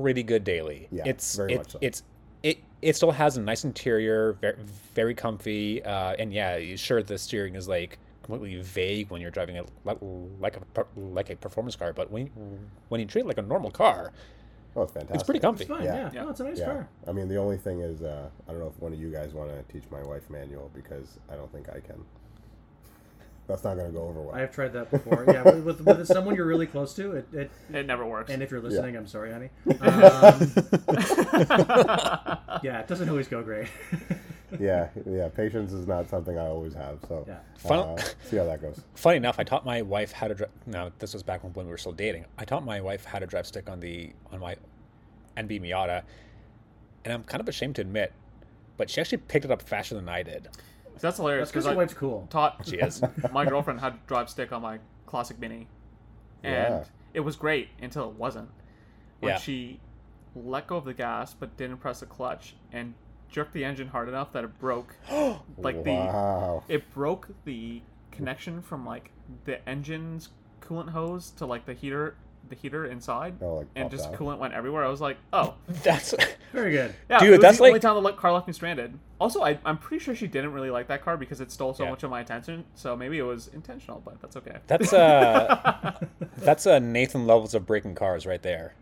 A: pretty good daily.
B: Yeah,
A: it's
B: very
A: it,
B: much so.
A: it's it it still has a nice interior, very, very comfy, uh, and yeah, you- sure the steering is like completely vague when you're driving it like, like a per- like a performance car, but when when you treat it like a normal car,
B: oh, it's fantastic.
A: it's pretty
C: It's
A: comfy.
C: fine.
B: Yeah.
C: Yeah.
D: Yeah.
C: No, it's a nice
B: Yeah.
C: car.
B: I mean, the only thing is, uh, I don't know if one of you guys want to teach my wife manual because I don't think I can. (laughs) That's not going to go over well.
C: I have tried
B: (laughs)
C: that before. Yeah, with, with, with someone you're really close to, it, it
D: It never works. (laughs)
C: and if you're listening, I'm
B: (laughs)
C: sorry, honey. Um, yeah, it doesn't always go great.
B: yeah, yeah. Patience is not something I always have. So,
C: Yeah.
A: Final-
B: uh, see how that goes.
A: Funny enough, I taught my wife how to drive. Now this was back when when we were still dating. I taught my wife how to drive stick on the on my NB Miata, and I'm kind of ashamed to admit, but she actually picked it up faster than I did. (laughs)
D: That's hilarious
C: That's because
D: because
C: your
D: I
C: wife's cool.
B: (laughs)
D: taught
A: She is.
D: my girlfriend how to drive stick on my classic mini, and
B: Yeah.
D: it was great until it wasn't. When
A: Yeah.
D: she let go of the gas but didn't press the clutch and jerked the engine hard enough that it
B: (gasps)
D: broke, like the
B: wow.
D: it broke the connection from like the engine's coolant hose to like the heater the heater inside
B: Oh, like,
D: and
B: popped
D: just
B: out.
D: coolant went everywhere i was like oh
A: That's
C: Very good.
D: yeah
A: Dude,
D: it was
A: that's
D: the only
A: like-
D: time the le- car left me stranded also I, i'm pretty sure she didn't really like that car because it stole so
A: Yeah.
D: much of my attention so maybe it was intentional but that's okay
A: that's uh
B: (laughs)
A: that's uh Nathan levels of breaking cars right there.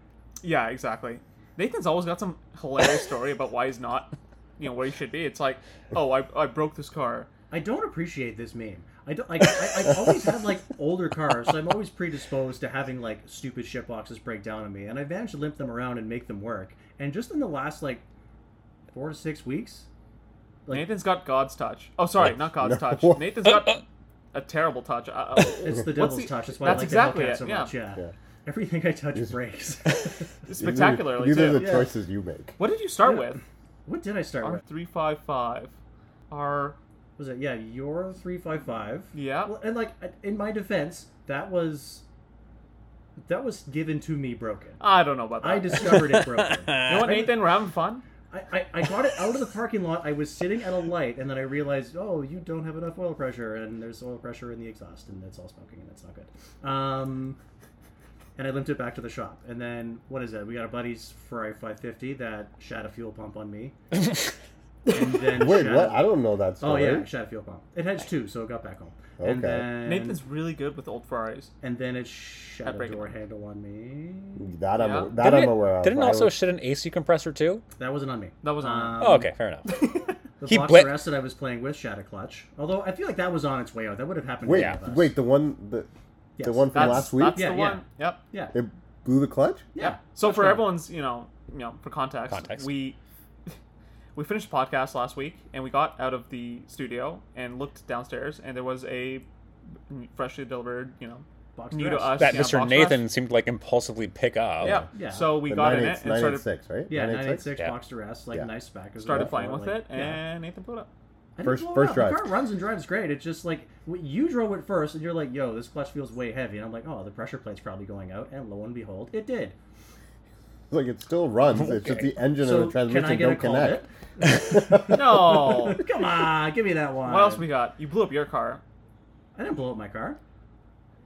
D: yeah exactly nathan's always got some hilarious story about why he's not you know where he should be it's like oh i, I broke this car
C: I don't appreciate this meme. I don't like. I, I've always had like older cars, so I'm always predisposed to having like stupid shit boxes break down on me, and I've managed to limp them around and make them work. And just in the last like four to six weeks, Like-
D: nathan's got god's touch oh sorry not
B: (laughs)
D: god's touch
A: (laughs)
D: nathan's got a terrible touch uh,
C: it's the
D: What's
C: devil's
D: the-
C: touch. That's why
D: that's
C: I like
D: exactly
C: the Hellcat
D: it,
C: so
D: yeah.
C: much. Yeah.
B: Yeah.
C: Everything I touch breaks.
D: spectacularly
B: These are,
D: too.
B: the
C: Yeah.
B: choices you make.
D: what did you start
C: Yeah.
D: with
C: what did I start with?
D: R355. R.
C: Was it yeah? Euro three five five.
D: Yeah.
C: Well, and like in my defense, that was that was given to me broken.
D: I don't know about that.
C: I discovered it broken.
D: (laughs) You know
C: I
D: what,
C: was-
D: Nathan? We're having fun.
C: I, I, I got it out of the parking lot. I was sitting at a light, and then I realized, oh, you don't have enough oil pressure, and there's oil pressure in the exhaust, and it's all smoking, and that's not good. Um, and I limped it back to the shop. And then, what is it? We got a buddy's Ferrari 550 that shot a fuel pump on me.
B: (laughs)
C: and then
B: Wait,
C: shat-
B: what? I don't know that
C: Oh,
B: story.
C: yeah, shot a fuel pump. It had two, so it got back home. And
B: Okay.
C: then,
D: Nathan's really good with old Ferraris.
C: and then it shot
D: I'd
C: a
D: break it.
C: door handle on me.
B: That I'm,
D: Yeah.
B: that
A: Didn't
B: I'm
A: it-
B: aware of.
A: Didn't it
B: I
A: also
B: was-
A: shit an AC compressor too?
C: That wasn't on me. Um,
D: That wasn't on
B: Um,
A: Oh, okay,
B: (laughs)
A: fair enough.
C: The
A: He
C: box
A: blit-
C: RS that I was playing with shot a clutch. Although I feel like that was on its way out. That would have happened.
B: wait,
C: to any of us.
B: wait, the one, the,
C: Yes.
B: the one from
D: That's,
B: last week,
D: that's
C: Yeah,
D: the
C: yeah.
D: one. Yep.
C: Yeah.
B: it blew the clutch.
C: Yeah.
D: So for
C: fine.
D: everyone's, you know, you know, for context,
A: Context.
D: we (laughs) we finished the podcast last week and we got out of the studio and looked downstairs and there was a freshly delivered, you know,
C: Box
D: new to
C: dress.
D: us.
A: That
D: you know,
A: Mr.
D: box
A: Nathan
D: rush.
A: seemed to like impulsively pick up.
D: Yeah.
C: Yeah.
D: So we
B: Oh, The
D: got in
B: 986,
D: it and started
B: 986, right?
C: Yeah,
B: 986?
C: 986
A: Yeah.
C: box dress, like
B: Yeah.
C: nice spec. as
D: started
C: well,
D: playing with
C: like-
D: it
C: yeah.
D: and Nathan blew it up.
C: I didn't
B: First-
C: blow it
B: first
C: up.
B: drive.
C: The car runs and drives great. It's just like w- you drove it first, and you're like, "Yo, this clutch feels way heavy," and I'm like, "Oh, the pressure plate's probably going out," and lo and behold, it did.
B: Like it still runs. It's just
A: Okay.
B: the engine
C: so
B: and the
C: can I
B: transmission
C: get a
B: don't
C: call
B: connect.
C: (laughs)
D: No.
C: it? (laughs) Come on, give me that one.
D: What else we got? You blew up your car.
C: I didn't blow up my car.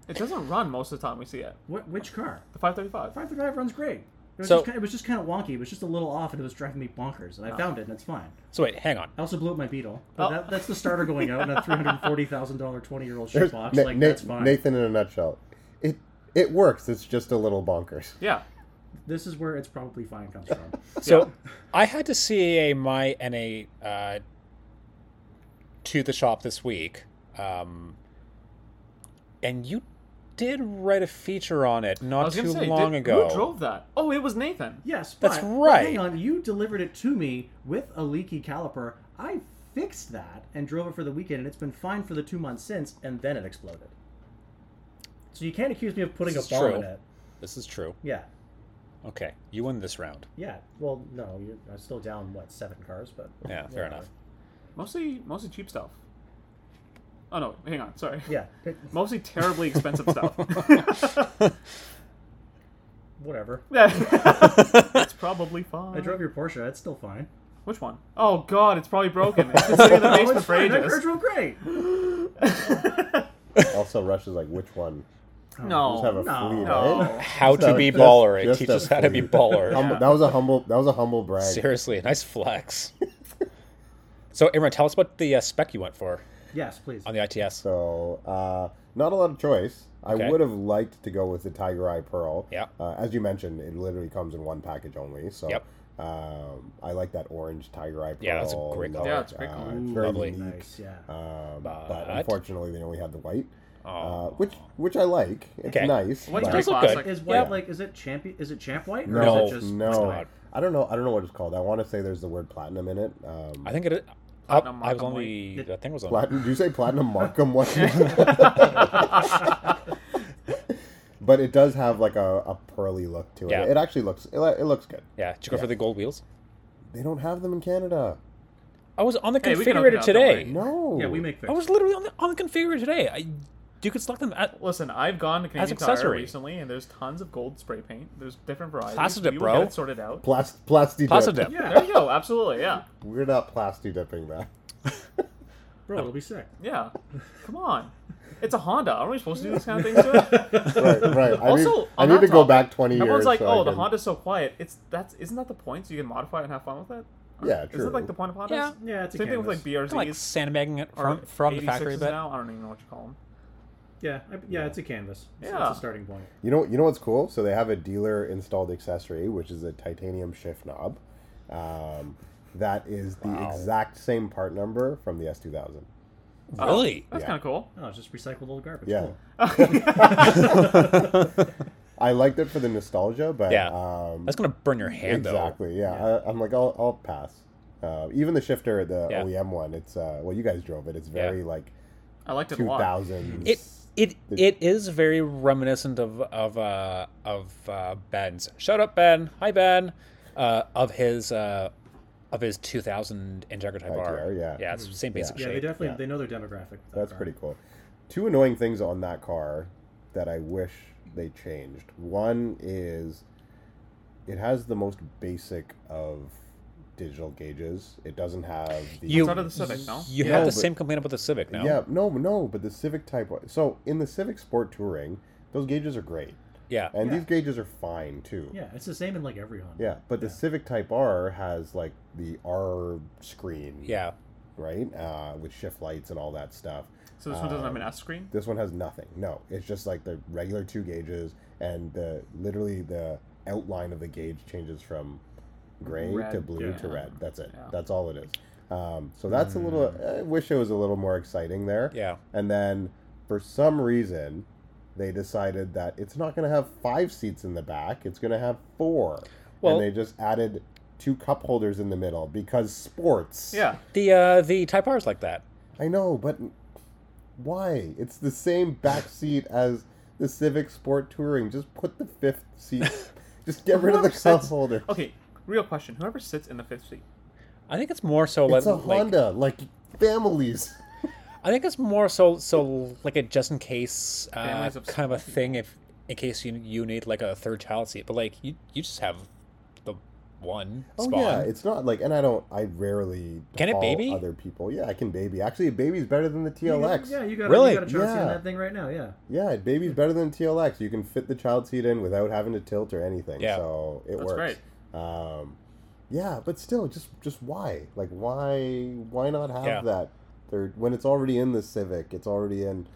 D: It doesn't run most of the time we see it.
C: What? Which car?
D: The 535.
C: Five the drive runs great. It was,
A: So-
C: just kind it was just kind of wonky. It was just a little off, and it was driving me bonkers.
B: Oh.
C: And I found it, and it's fine.
A: So wait, hang on.
C: I also blew up my Beetle. But
D: Oh.
C: that, that's the starter going out in
D: (laughs)
C: a three hundred forty thousand dollar twenty year old
B: There's
C: shitbox.
B: Na-
C: Like
B: Na-
C: that's fine.
B: Nathan in a nutshell. It it works. It's just a little bonkers.
D: Yeah.
C: This is where it's probably fine
A: (laughs)
C: comes from.
A: So I had to CAA my NA uh, to the shop this week, um, and you did write a feature on it
D: I
A: not
D: was gonna
A: too
D: say,
A: long
D: did-
A: ago.
D: Who drove that? Oh, it was Nathan.
C: Yes,
A: That's
C: but, but
A: right.
C: hang on, you delivered it to me with a leaky caliper. I fixed that and drove it for the weekend, and it's been fine for the two months since. And then it exploded. So you can't accuse me of putting
A: This
C: a
A: is
C: bomb
A: true.
C: in it.
A: This is true.
C: Yeah,
A: Okay, you win this round.
C: yeah. Well, no, you're I'm still down what seven cars, but
A: Yeah, fair enough.
D: Mostly, mostly cheap stuff. Oh no, hang on. Sorry.
C: Yeah, it- (laughs)
D: Mostly terribly expensive stuff. (laughs)
C: whatever.
D: That's probably fine.
C: I drove your Porsche. It's still fine.
D: Which one? Oh god, it's
C: (laughs)
D: probably broken. It's been sitting in the
C: Oh,
D: basement
C: it's
D: for
C: fine. That car
D: ages.
C: drove great.
B: Also, Rush is like, which one? Just
A: Oh,
B: have
D: no.
B: a
C: No.
B: fleet,
D: No.
B: right?
A: How to
B: No,
A: be
B: just-
A: baller. It
B: just
A: teaches
B: a
A: how to be
B: fleet.
A: baller.
B: (laughs) Humble-
D: Yeah.
B: That was a humble. That was a humble
A: (laughs)
B: brag.
A: Seriously, nice flex. (laughs) so, Imran, tell us what the uh, spec you went for
C: Yes, please.
A: on the ITS.
B: So, uh, not a lot of choice. I
A: Okay.
B: would have liked to go with the Tiger Eye Pearl.
A: Yeah.
B: Uh, as you mentioned, it literally comes in one package only. So,
A: Yep.
B: um, I like that orange Tiger Eye Pearl.
A: Yeah, that's a great
B: look.
A: color.
D: Yeah, it's a great color.
B: Uh, it's
C: Ooh,
B: very
A: Lovely.
B: unique.
C: Nice. Yeah.
B: Um, but,
A: But-
B: unfortunately, they only have the white,
A: Oh.
B: uh, which which I like. It's
A: Okay.
B: nice.
D: White's
B: but-
D: pretty
A: Those look
D: classic.
C: Is white
A: Yeah.
C: like? Is it champion? Is it champ white? Or
B: No,
C: is it just
B: no.
A: not.
B: I don't know. I don't know what it's called. I want to say there's the word platinum in it. Um,
A: I think it. I,
D: Platinum
A: I was on
D: Markham
A: the. I
C: white.
A: think it was on.
B: platinum. Do you say platinum Markham?
D: (laughs)
B: What? but it does have like a, a pearly look to it.
A: Yeah.
B: It actually looks. It, it looks good.
A: Yeah, did you go for the gold wheels?
B: They don't have them in Canada.
A: I was on the
D: Hey, we can open it
A: configurator
D: up, don't worry.
A: today.
B: No.
C: Yeah, we make
A: I
C: things.
A: was literally on the on the configurator today. I, you could select them at
D: Listen, I've gone to Canadian Tire
A: accessory.
D: recently, and there's tons of gold spray paint. There's different varieties.
A: Plastic
D: we
A: dip,
D: will
A: bro.
D: Get it sorted out.
B: Plast, plasti
A: Plasti
B: dip.
A: dip.
C: Yeah.
D: There you go. Absolutely. Yeah.
B: We're not plasti dipping
D: (laughs)
B: that.
C: Bro, it'll be sick.
D: Yeah. Come on. It's a Honda. Aren't we supposed to do these kind of things
B: (laughs)
D: to it?
B: Right, right. I
D: Also,
B: need, I
D: on
B: need
D: that
B: to go
D: topic,
B: back 20 years.
D: Everyone's like,
B: so I
D: "Oh, the
B: can-
D: Honda's so quiet." It's that's isn't that the point? So you can modify it and have fun with it.
B: Yeah,
D: Is
B: true.
D: it like the point of Hondas?
A: Yeah.
C: Yeah, it's a
D: Same thing with like
C: canvas.
D: BRZs
A: Kinda like sandbagging it
D: or
A: from, from the factory,
D: 86s
A: but
D: now I don't even know what you call them.
C: Yeah, I, yeah, it's a canvas. It's,
D: Yeah.
C: it's a starting point.
B: You know, you know what's cool? So they have a dealer installed accessory, which is a titanium shift knob. Um, that is the exact same part number from the S2000.
A: really,
D: That's
B: Yeah.
D: kind of cool.
C: Oh, it's just recycled old garbage.
B: Yeah.
C: Cool.
A: (laughs)
B: I liked it for the nostalgia, but
A: Yeah.
B: um,
A: that's gonna burn your hand
B: exactly. Yeah, I, I'm like, I'll, I'll pass. Uh, even the shifter, the
A: Yeah.
B: OEM one, it's uh, well, you guys drove it. It's very like
D: I liked it a lot.
B: 2000s.
A: though. It it it is very reminiscent of of uh, of uh, Ben's. Shut up, Ben. Hi, Ben. Uh, of his uh, of his 2000 Integra Type R.
B: ITR, yeah.
A: yeah, it's the same basic
C: Yeah, they
A: shape.
C: definitely
B: Yeah.
C: they know their demographic. with that
B: That's
C: car.
B: pretty cool. Two annoying things on that car that I wish they changed. One is it has the most basic of digital gauges. It doesn't have the
A: You-
D: It's out of the Civic, no?
A: You
B: Yeah,
A: have the
B: but-
A: same complaint about the Civic now.
B: Yeah, no, no, but the Civic Type. So in the Civic Sport Touring, those gauges are great,
A: yeah.
B: and
C: Yeah.
B: these gauges are fine too.
C: Yeah, it's the same in like every Honda.
B: Yeah, but the
C: Yeah.
B: Civic Type R has like the R screen,
A: Yeah.
B: right, uh, with shift lights and all that stuff.
D: So this one doesn't have an
B: Um,
D: S screen.
B: This one has nothing. No, it's just like the regular two gauges, and the literally the outline of the gauge changes from gray to
D: Red,
B: blue to
D: yeah.
B: red. That's it.
D: Yeah.
B: That's all it is. Um, so that's a little. I wish it was a little more exciting there.
A: Yeah.
B: And then for some reason, they decided that it's not going to have five seats in the back. It's going to have four.
A: Well-
B: and they just added two cup holders in the middle because sports.
D: Yeah.
A: The uh, the Type R is like that.
B: I know, but why? It's the same back seat as the Civic Sport Touring. Just put the fifth
A: (laughs)
B: seat. Just get rid of the
D: Whoever said-
B: cup holder.
D: Okay. Real question: Whoever sits in the fifth seat,
A: I think it's more so
B: It's a
A: like, like
B: Honda, like families.
A: I think it's more so so like a just in case uh,
D: Families of
A: kind of a thing if in case you you need like a third child seat, but like you you just have one
B: Oh
A: spawn.
B: yeah, it's not like, and I don't. I rarely
A: Can it
B: haul
A: baby?
B: other people. Yeah, I can baby. Actually, a baby's better than the TLX.
C: Yeah, you got
A: Really?
C: you got a chance
B: Yeah.
C: on that thing right now. Yeah.
B: Yeah, baby's better than TLX. You can fit the child seat in without having to tilt or anything.
A: Yeah.
B: So it
D: That's
B: works. Um, yeah, but still, just just why? Like, why why not have
A: Yeah.
B: that third when it's already in the Civic? It's already in.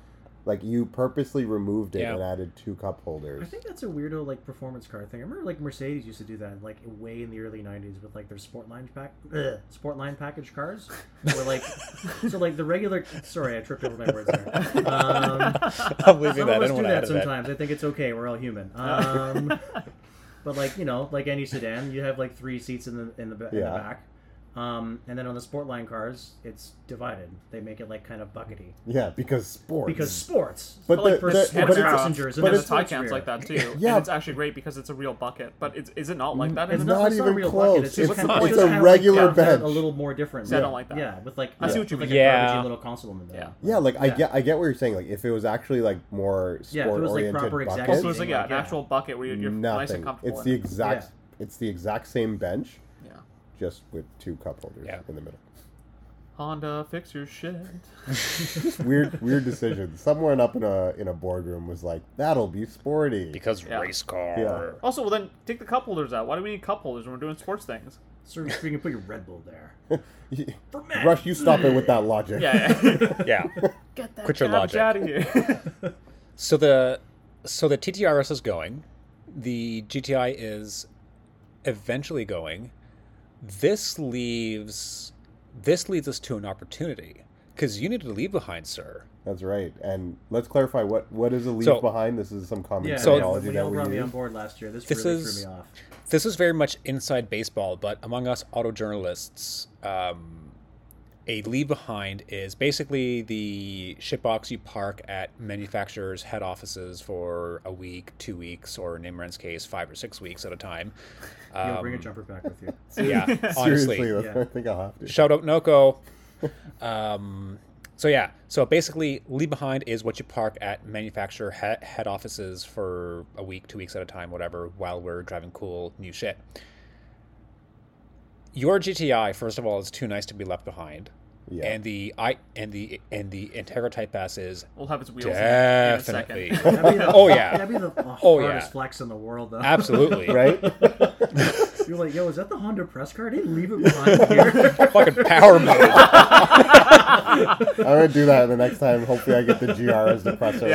B: Like you purposely removed it
A: Yeah.
B: and added two cup holders.
C: I think that's a weirdo like performance car thing. I remember like Mercedes used to do that like way in the early '90s with like their Sportline pack, ugh, Sportline package cars, where
B: (laughs)
C: like so like the regular. Sorry, I tripped over my words
B: (laughs)
C: there. (laughs) Um,
A: (laughs) I'm leaving
C: some
A: that.
C: of
A: I don't
C: us do
A: want to
C: that
A: add to that.
C: sometimes. I think it's okay. We're all human. Um, but like you know, like any sedan, you have like three seats in the in the, ba- in
B: Yeah.
C: the back. Um, and then on the Sportline cars, it's divided. They make it like kind of buckety
B: yeah, because sports.
C: because sports.
B: Mm. But
C: like
B: the-
C: for
B: the-
C: sports
B: but it's-
C: passengers, and
B: but
C: then
B: it's-
C: the
D: Thai
C: sports
D: cam's
C: rear.
D: like
C: (laughs)
D: that too.
B: Yeah.
D: and it's actually great because it's a real bucket. But it's, is it not like that?
C: It's
D: It's
B: not
C: not, it's not
B: even
C: a real
B: close.
C: bucket. It's, just
B: It's-
C: kind of,
D: it's
B: a
C: kind
B: regular
C: of like carved out
B: bench.
C: A little more different.
D: See, I don't like that.
C: Yeah, with like
D: I see
C: yeah,
D: what you
C: with
D: mean.
C: like a
A: Yeah.
C: garbagey little console in the middle.
B: Yeah, like I
D: Yeah.
B: get, I get what you're saying. Like if it was actually like more sport
C: Yeah, if it was, like,
B: oriented
C: proper executive
D: Well,
B: buckets,
D: so it's like yeah, an
C: Yeah.
D: actual bucket where you're, you're nice
B: nothing.
D: and comfortable.
B: it's
D: in
B: the
D: it.
B: exact, it's the exact same bench,
D: yeah.
B: just with two cup holders
A: Yeah.
B: in the middle.
D: Honda, fix your shit. (laughs)
B: Just weird, weird decision. Someone up in a in a boardroom was like, "That'll be sporty."
A: Because
D: Yeah.
A: race car.
B: Yeah.
D: Also, well then take the cup holders out. Why do we need cup holders when we're doing sports things?
C: So you can put your Red Bull there. For men.
B: Rush, you stop it with that logic.
D: Yeah, yeah.
A: (laughs) Yeah.
B: (laughs)
D: Get that
A: Quit your
D: garbage
A: logic.
D: out of here.
A: So the so the TTRS is going. The GTI is eventually going. This leaves this leads us to an opportunity because you need to leave behind, sir.
B: That's right. And let's clarify what what is a leaf
A: So-
B: behind. This is some common
C: Yeah,
A: So-
C: so
B: terminology
C: we
B: that
C: all
B: we
C: brought me
B: use.
C: on board last year. This,
A: This
C: really
A: is-
C: threw me off.
A: This is very much inside baseball, but among us auto journalists, um, a leave behind is basically the shitbox you park at manufacturers' head offices for a week, two weeks, or in Imran's case, five or six weeks at a time.
C: Yo, bring a
A: Um,
C: jumper pack with
A: (laughs)
C: you.
A: Yeah,
B: Seriously,
A: honestly.
B: that's-
C: Yeah.
B: I think I'll have to.
A: Shout out Noko. (laughs) um, so yeah, so basically, leave behind is what you park at manufacturer head, head offices for a week, two weeks at a time, whatever, while we're driving cool new shit. Your GTI, first of all, is too nice to be left behind,
B: Yeah.
A: and the I and the and the Integra Type S is
D: (laughs) We'll have its wheels in-
A: definitely,
D: in a second. (laughs)
C: That'd be the,
A: (laughs) Oh, yeah.
C: that'd be the uh,
A: Oh,
C: hardest
A: yeah.
C: flex in the world though.
A: absolutely,
B: (laughs)
D: (laughs)
B: right.
C: (laughs) You're like, yo, is that the Honda press car? They leave it behind
A: (laughs)
C: here. (laughs)
A: fucking power
B: (laughs)
A: mode.
B: I'm gonna do that the next time. Hopefully, I get the GR as the presser.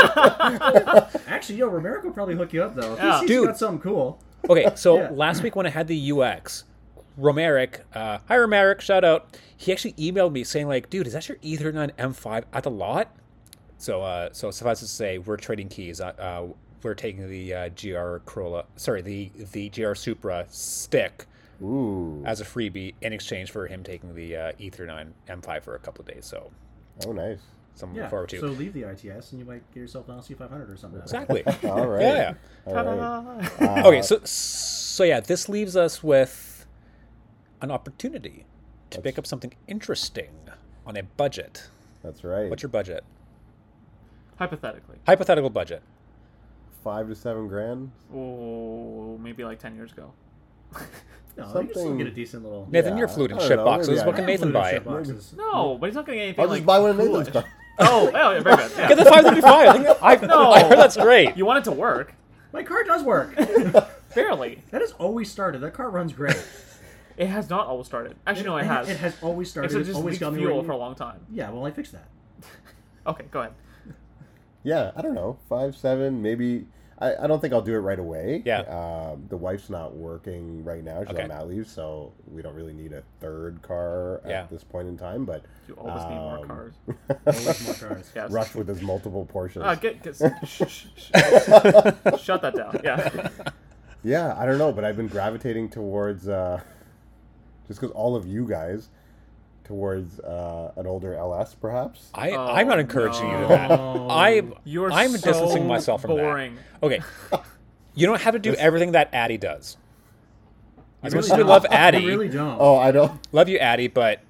A: (laughs)
D: Yeah.
C: Actually, yo, Romero could probably hook you up though. If
D: Yeah.
C: he sees
A: Dude.
C: you got something cool. (laughs)
A: Okay, so
C: Yeah.
A: last week when I had the UX, Romeric, uh, hi Romeric, shout out. He actually emailed me saying like, dude, is that your Ethernet M5 at the lot? So, uh, so suffice it to say, we're trading keys. Uh, uh, we're taking the uh, GR Corolla, sorry, the the GR Supra stick
B: (laughs) Ooh.
A: as a freebie in exchange for him taking the uh, Ethernet M5 for a couple of days. So,
B: Oh, nice.
A: something to
C: Yeah.
A: look forward to.
C: So leave the ITS and you might get yourself an LC500 or something.
A: exactly.
B: (laughs) All right.
A: Yeah.
B: All right.
D: Ta-da.
B: Uh,
A: okay, so so yeah, this leaves us with an opportunity to pick up something interesting on a budget.
B: That's right.
A: What's your budget?
D: (laughs) Hypothetically,
A: Hypothetical budget.
B: five to seven grand?
D: oh, maybe like ten years ago. (laughs)
C: No, you can still
B: Something-
C: get a decent little.
A: Nathan,
B: Yeah,
A: you're fluid in
B: I don't
A: shit
B: know,
A: boxes.
B: maybe I
A: What
B: am
A: can
C: I am
A: Nathan
C: blue
A: buy?
C: chip boxes.
D: No, but he's not getting anything.
B: I'll
D: like,
B: just buy one of Nathan's.
D: coolish.
B: cars.
D: (laughs) Oh, oh, yeah, very good.
A: (laughs)
D: Yeah.
A: Get the 535. I think that- I,
D: No.
A: I heard that's great.
D: You want it to work?
C: My car does work.
D: Barely.
C: that has always started. That car runs great.
D: It has not always started. Actually, no, it has.
C: It has always started.
D: Except it
C: It's
D: just
C: always
D: leaked
C: got me
D: fuel
C: right-
D: for a long time.
C: Yeah, well, I
A: (laughs)
C: fixed that.
D: Okay, go ahead.
B: Yeah, I don't know. Five, seven, maybe. I, I don't think I'll do it right away.
A: Yeah.
B: Um, the wife's not working right now. She's
A: Okay.
B: on mat leave, so we don't really need a third car
A: Yeah.
B: at this point in time. But
D: You always need more
A: (laughs)
B: Um,
D: cars.
C: Always more cars.
D: Yes.
B: Rush with his multiple Porsches.
D: Uh,
B: (laughs)
D: get, get sh- sh- sh- shut that down.
B: (laughs)
D: Yeah.
B: Yeah, I don't know, but I've been gravitating towards uh, (laughs) just because all of you guys towards uh, an older LS, perhaps.
A: I,
D: Oh,
A: I'm not encouraging you to that.
C: no.
A: I'm
D: You're
A: I'm
D: so
A: distancing myself from
D: boring.
A: that. Okay. You don't have to do everything that Addy does. As
C: You
A: much
C: really
A: as we
C: don't.
A: love Addy,
C: (laughs) You really don't.
B: Oh, I don't.
A: love you, Addy, but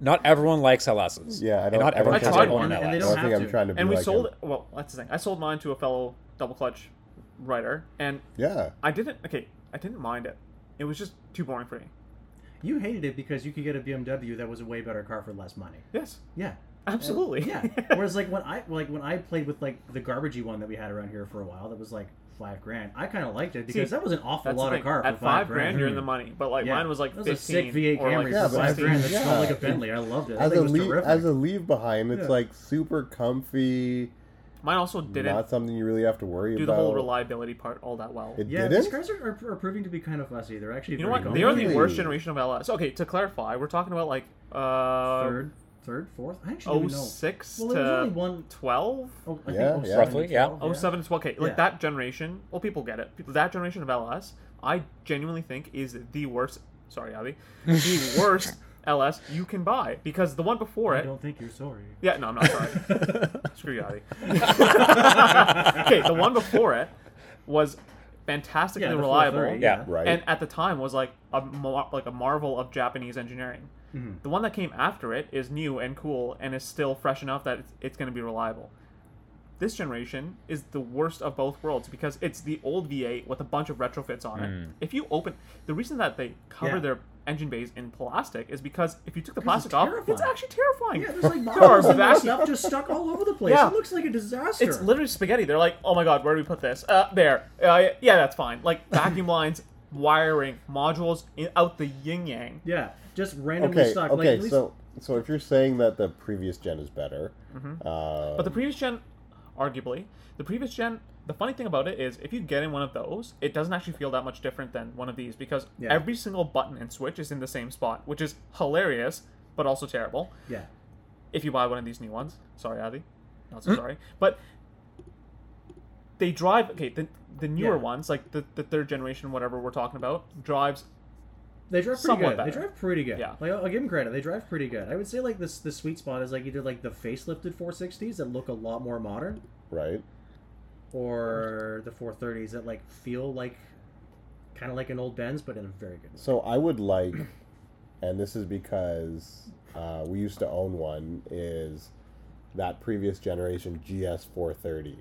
A: not everyone likes LSs.
B: Yeah, I
A: And
B: don't-
A: not
B: I
A: everyone
D: don't
A: cares
D: care.
A: about
D: And-
A: owning
C: and they
A: LS.
B: I
C: don't
B: don't think
C: have
B: I'm
C: to.
B: trying to be
D: And we
B: like
D: sold.
B: him.
D: Well, that's the thing. I sold mine to a fellow double clutch rider, and
B: Yeah.
D: I didn't. Okay, I didn't mind it. It was just too boring for me.
C: You hated it because you could get a BMW that was a way better car for less money.
D: Yes,
C: Yeah,
D: absolutely. (laughs)
C: yeah. Whereas like when I like when I played with like the garbagey one that we had around here for a while, that was like five grand. I kind of liked it because
D: See,
C: that was an awful
D: That's
C: lot
D: the
C: of car
D: thing.
C: for
D: At five grand, you're in the money. But like
C: Yeah.
D: mine was like
C: That was a
D: fifteen
C: sick V8
D: or
C: Camry
D: like
C: for
B: Yeah, but I
C: five grand. That
B: think-
C: smelled like a
B: yeah.
C: Bentley. I loved it. I
B: As
C: think
B: a
C: it was
B: leave,
C: terrific.
B: as a leave behind, it's
C: Yeah.
B: like super comfy.
D: mine also didn't
B: Not something you really have to worry
D: do
B: about.
D: the whole reliability part all that well.
B: It
C: yeah, these
B: didn't.
C: cars are, are, are proving to be kind of fussy. They're actually
D: you know
C: pretty
D: what? They are the
B: Really?
D: worst generation of LS. Okay, to clarify, we're talking about like uh
C: third, third, fourth. I actually
D: oh
C: don't know.
D: six
C: Well, there was only
D: to
C: one.
D: twelve.
C: Oh, I
B: Yeah,
C: think
B: yeah.
C: 07
E: Roughly,
C: and
E: yeah.
C: 12,
D: Oh seven to twelve. Okay, like
C: Yeah.
D: that generation. Well, people get it. People- That generation of LS, I genuinely think is the worst. Sorry, Avi, the worst LS you can buy because the one before
C: I
D: it.
C: don't think you're sorry.
D: Yeah, no, I'm not sorry. Screw you, Avi. (laughs) okay, the one before it was fantastically
C: Yeah, the
D: reliable,
C: 430,
E: Yeah.
B: Right.
D: and at the time was like a mar- like a marvel of Japanese engineering.
C: Mhm.
D: The one that came after it is new and cool and is still fresh enough that it's, it's going to be reliable. This generation is the worst of both worlds because it's the old V8 with a bunch of retrofits on it. If you open, the reason that they cover
C: Mm. Yeah.
D: their engine bays in plastic is because if you took the
C: Because it's
D: plastic off, it's
C: terrifying.
D: actually terrifying.
C: Yeah, there's like
D: there are
C: models and that
D: vacuum
C: stuff just stuck all over the place.
D: Yeah.
C: It looks like a disaster.
D: it's literally spaghetti. They're like, oh my god, where do we put this? Uh, there. Uh, yeah, that's fine. Like
C: (laughs)
D: vacuum lines, wiring, modules in, out the yin yang.
C: yeah, just randomly
B: Okay.
C: stuck. like,
B: Okay.
C: at least-
B: so so if you're saying that the previous gen is better, uh,
D: Mm-hmm. But the previous gen, arguably, the previous gen. The funny thing about it is, if you get in one of those, it doesn't actually feel that much different than one of these because
C: Yeah.
D: every single button and switch is in the same spot, which is hilarious but also terrible.
C: yeah,
D: if you buy one of these new ones. Sorry, Adi. Not
E: Hmm?
D: so sorry. But they drive okay, the the newer
C: Yeah.
D: ones, like the, the third generation, whatever we're talking about, drives
C: they drive pretty
D: Somewhat
C: good. They
D: better.
C: drive pretty good.
D: Yeah.
C: like I'll, I'll give them credit. They drive pretty good. I would say like this the sweet spot is like either like the facelifted 460s that look a lot more modern,
B: right.
C: or the 430s that like feel like kind of like an old Benz but in a very good. way.
B: So I would like, and this is because uh, we used to own one, is that previous generation GS430.